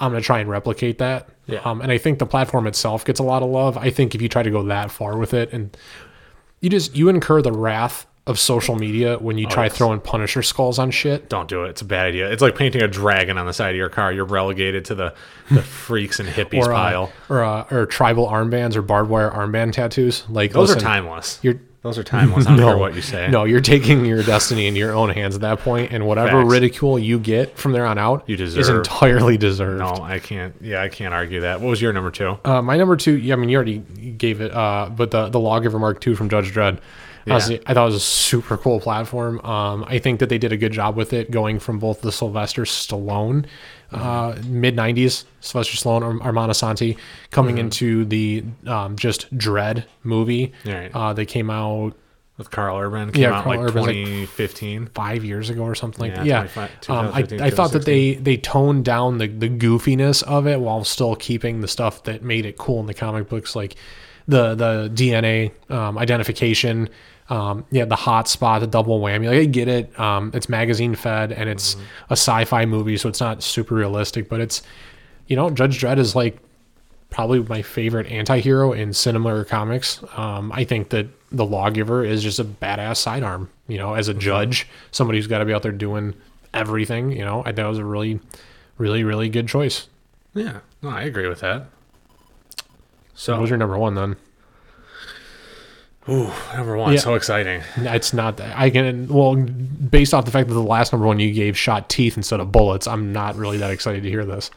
"I'm gonna try and replicate that." Yeah. Um, and I think the platform itself gets a lot of love. I think if you try to go that far with it, and you just you incur the wrath of social media when you try Oh, yes. throwing Punisher skulls on shit. Don't do it. It's a bad idea. It's like painting a dragon on the side of your car. You're relegated to the, (laughs) the freaks and hippies Or, uh, pile. or, uh, or tribal armbands or barbed wire armband tattoos. Like Those listen, are timeless. You're Those are timeless. I don't care what you say. (laughs) No, you're taking your destiny in your own hands at that point, and whatever Facts. ridicule you get from there on out, You is deserve. entirely deserved. No, I can't. Yeah, I can't argue that. What was your number two? Uh, my number two, yeah, I mean, you already gave it, uh, but the the Lawgiver Mark II from Judge Dredd, honestly, I thought it was a super cool platform. Um, I think that they did a good job with it, going from both the Sylvester Stallone, uh, mid '90s Sylvester Stallone or Armando Santi, coming Mm-hmm. into the um, just Dread movie Right. uh, that came out With Carl Urban came Yeah, out Carl like Urban's like- 2015. five years ago or something like Yeah, that. Yeah, 25 um, I, 2015, I thought that they they toned down the the goofiness of it while still keeping the stuff that made it cool in the comic books, like the the DNA um, identification. Um, yeah, the hot spot, the double whammy. Like I get it. Um, it's magazine fed and it's a sci-fi movie, so it's not super realistic, but it's you know Judge Dredd is like probably my favorite anti-hero in cinema or comics. Um, I think that the lawgiver is just a badass sidearm, you know, as a judge, somebody who's got to be out there doing everything, you know. I thought it was a really really really good choice. Yeah, no, I agree with that. What So, was your number 1 then? ooh, number one, Yeah. so exciting. It's not that I can well based off the fact that the last number 1 you gave shot teeth instead of bullets, I'm not really that excited to hear this.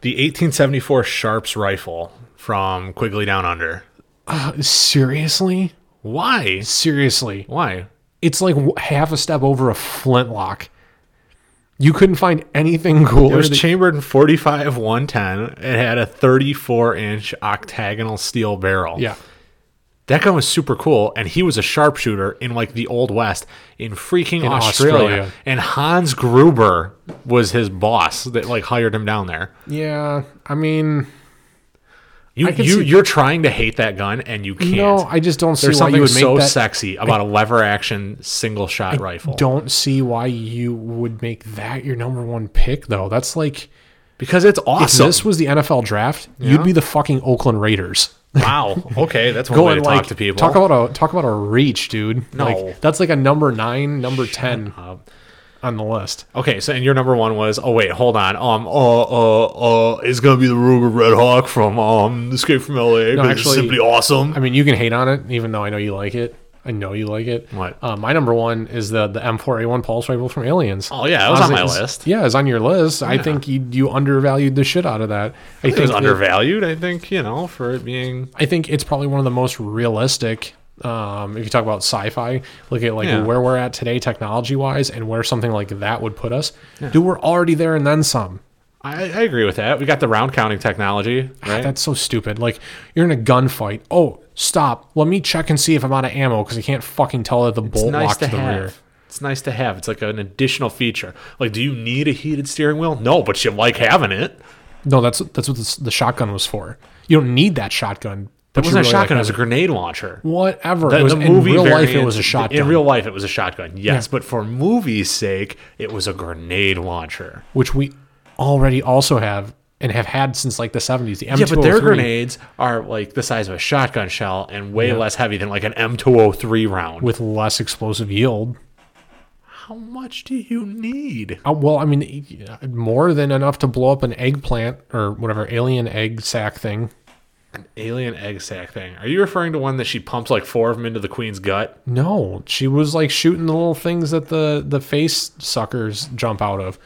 The 1874 Sharps rifle from Quigley Down Under. Seriously? Why? Seriously. Why? It's like w- half a step over a flintlock. You couldn't find anything cooler. It was than- chambered in 45 110. It had a 34 inch octagonal steel barrel. yeah. That gun was super cool, and he was a sharpshooter in like the old west in freaking Australia. Australia. And Hans Gruber was his boss that like hired him down there. Yeah. I mean, You I can you see- you're trying to hate that gun, and you can't. no, I just don't see There's why you something would make so that. sexy about a lever action single shot rifle. Don't see why you would make that your number one pick, though. That's like because it's if awesome. this was the NFL draft, you'd be the fucking Oakland Raiders. wow. Okay, that's one way to Going like talk to people. talk about a talk about a reach, dude. No. Like, that's like a number nine, number ten on the list. Uh, okay, so and your number one was oh wait, hold on. Um uh uh uh it's gonna be the Ruger Red Hawk from um Escape from LA because actually- it's simply awesome. I mean, you can hate on it, even though I know you like it. I know you like it. What? Uh, my number one is the the M4A1 pulse rifle from Aliens. Oh, yeah, that was on my it's- list. Yeah, it's on your list. I think you you undervalued the shit out of that. I it was that- undervalued, I think, you know, for it being I think it's probably one of the most realistic. Um, if you talk about sci-fi, look at like Yeah. where we're at today, technology-wise, and where something like that would put us. Dude, we're already there and then some. I, I agree with that. We got the round counting technology, right? That's so stupid. Like you're in a gunfight. Oh, stop. Let me check and see if I'm out of ammo because I can't fucking tell that the bolt locked to, the rear. It's nice to have. It's like an additional feature. Like, do you need a heated steering wheel? No, but you like having it. No, that's that's what this, the shotgun was for. You don't need that shotgun. It But you wasn't a really like shotgun. it was a having- grenade launcher. Whatever. The- it was, the in real life, it variant- was a shotgun, In real life, it was a shotgun. Yes, but for movie's sake, it was a grenade launcher. which we already also have and have had since like the 70s. The M203. Yeah, but their grenades are like the size of a shotgun shell and way less heavy than like an M203 round. with less explosive yield. How much do you need? Uh, well, I mean, yeah, more than enough to blow up an eggplant or whatever alien egg sac thing. Alien egg sac thing. Are you referring to one that she pumps like four of them into the queen's gut? No, she was like shooting the little things that the the face suckers jump out of.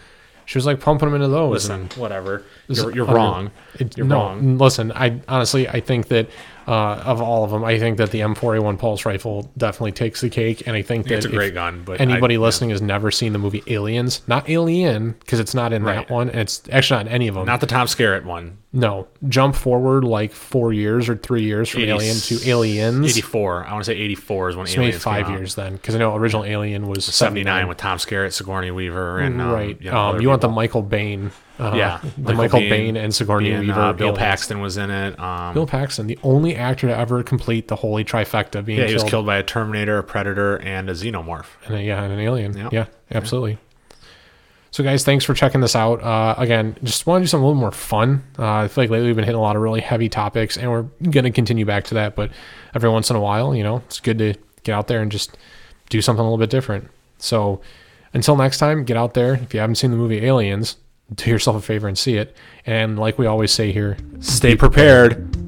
She was like pumping them into those. Listen, whatever. This You're, is you're utter- wrong. It- You're no, wrong. n- Listen, I honestly I think that uh, of all of them, I think that the M4A1 pulse rifle definitely takes the cake, and I think that It's a if great gun, but I- anybody listening has never seen the movie Aliens, not Alien, because it's not in Right. that one, and it's actually not in any of them. not the Tom Skerritt one. no, jump forward like four years or three years from Eighty- Alien to Aliens. 84. I want to say 84 is when It's maybe Aliens five came out. years then, because I know original Alien was 79 with Tom Skerritt, Sigourney Weaver, and um, right. You, You, know, um, other you want the people. Michael Bain, uh, Yeah, the Michael, Michael Biehn Bain, and Sigourney and, Weaver, uh, Bill aliens. Paxton was in it. Um, Bill Paxton, the only actor to ever complete the holy trifecta, being yeah, he killed, was killed by a Terminator, a Predator, and a Xenomorph. and a- yeah, and an alien. Yep. Yeah, absolutely. So, guys, thanks for checking this out. Uh, again, just want to do something a little more fun. Uh, I feel like lately we've been hitting a lot of really heavy topics, and we're going to continue back to that. But every once in a while, you know, it's good to get out there and just do something a little bit different. So, until next time, get out there. If you haven't seen the movie Aliens, do yourself a favor and see it. And like we always say here, Stay prepared.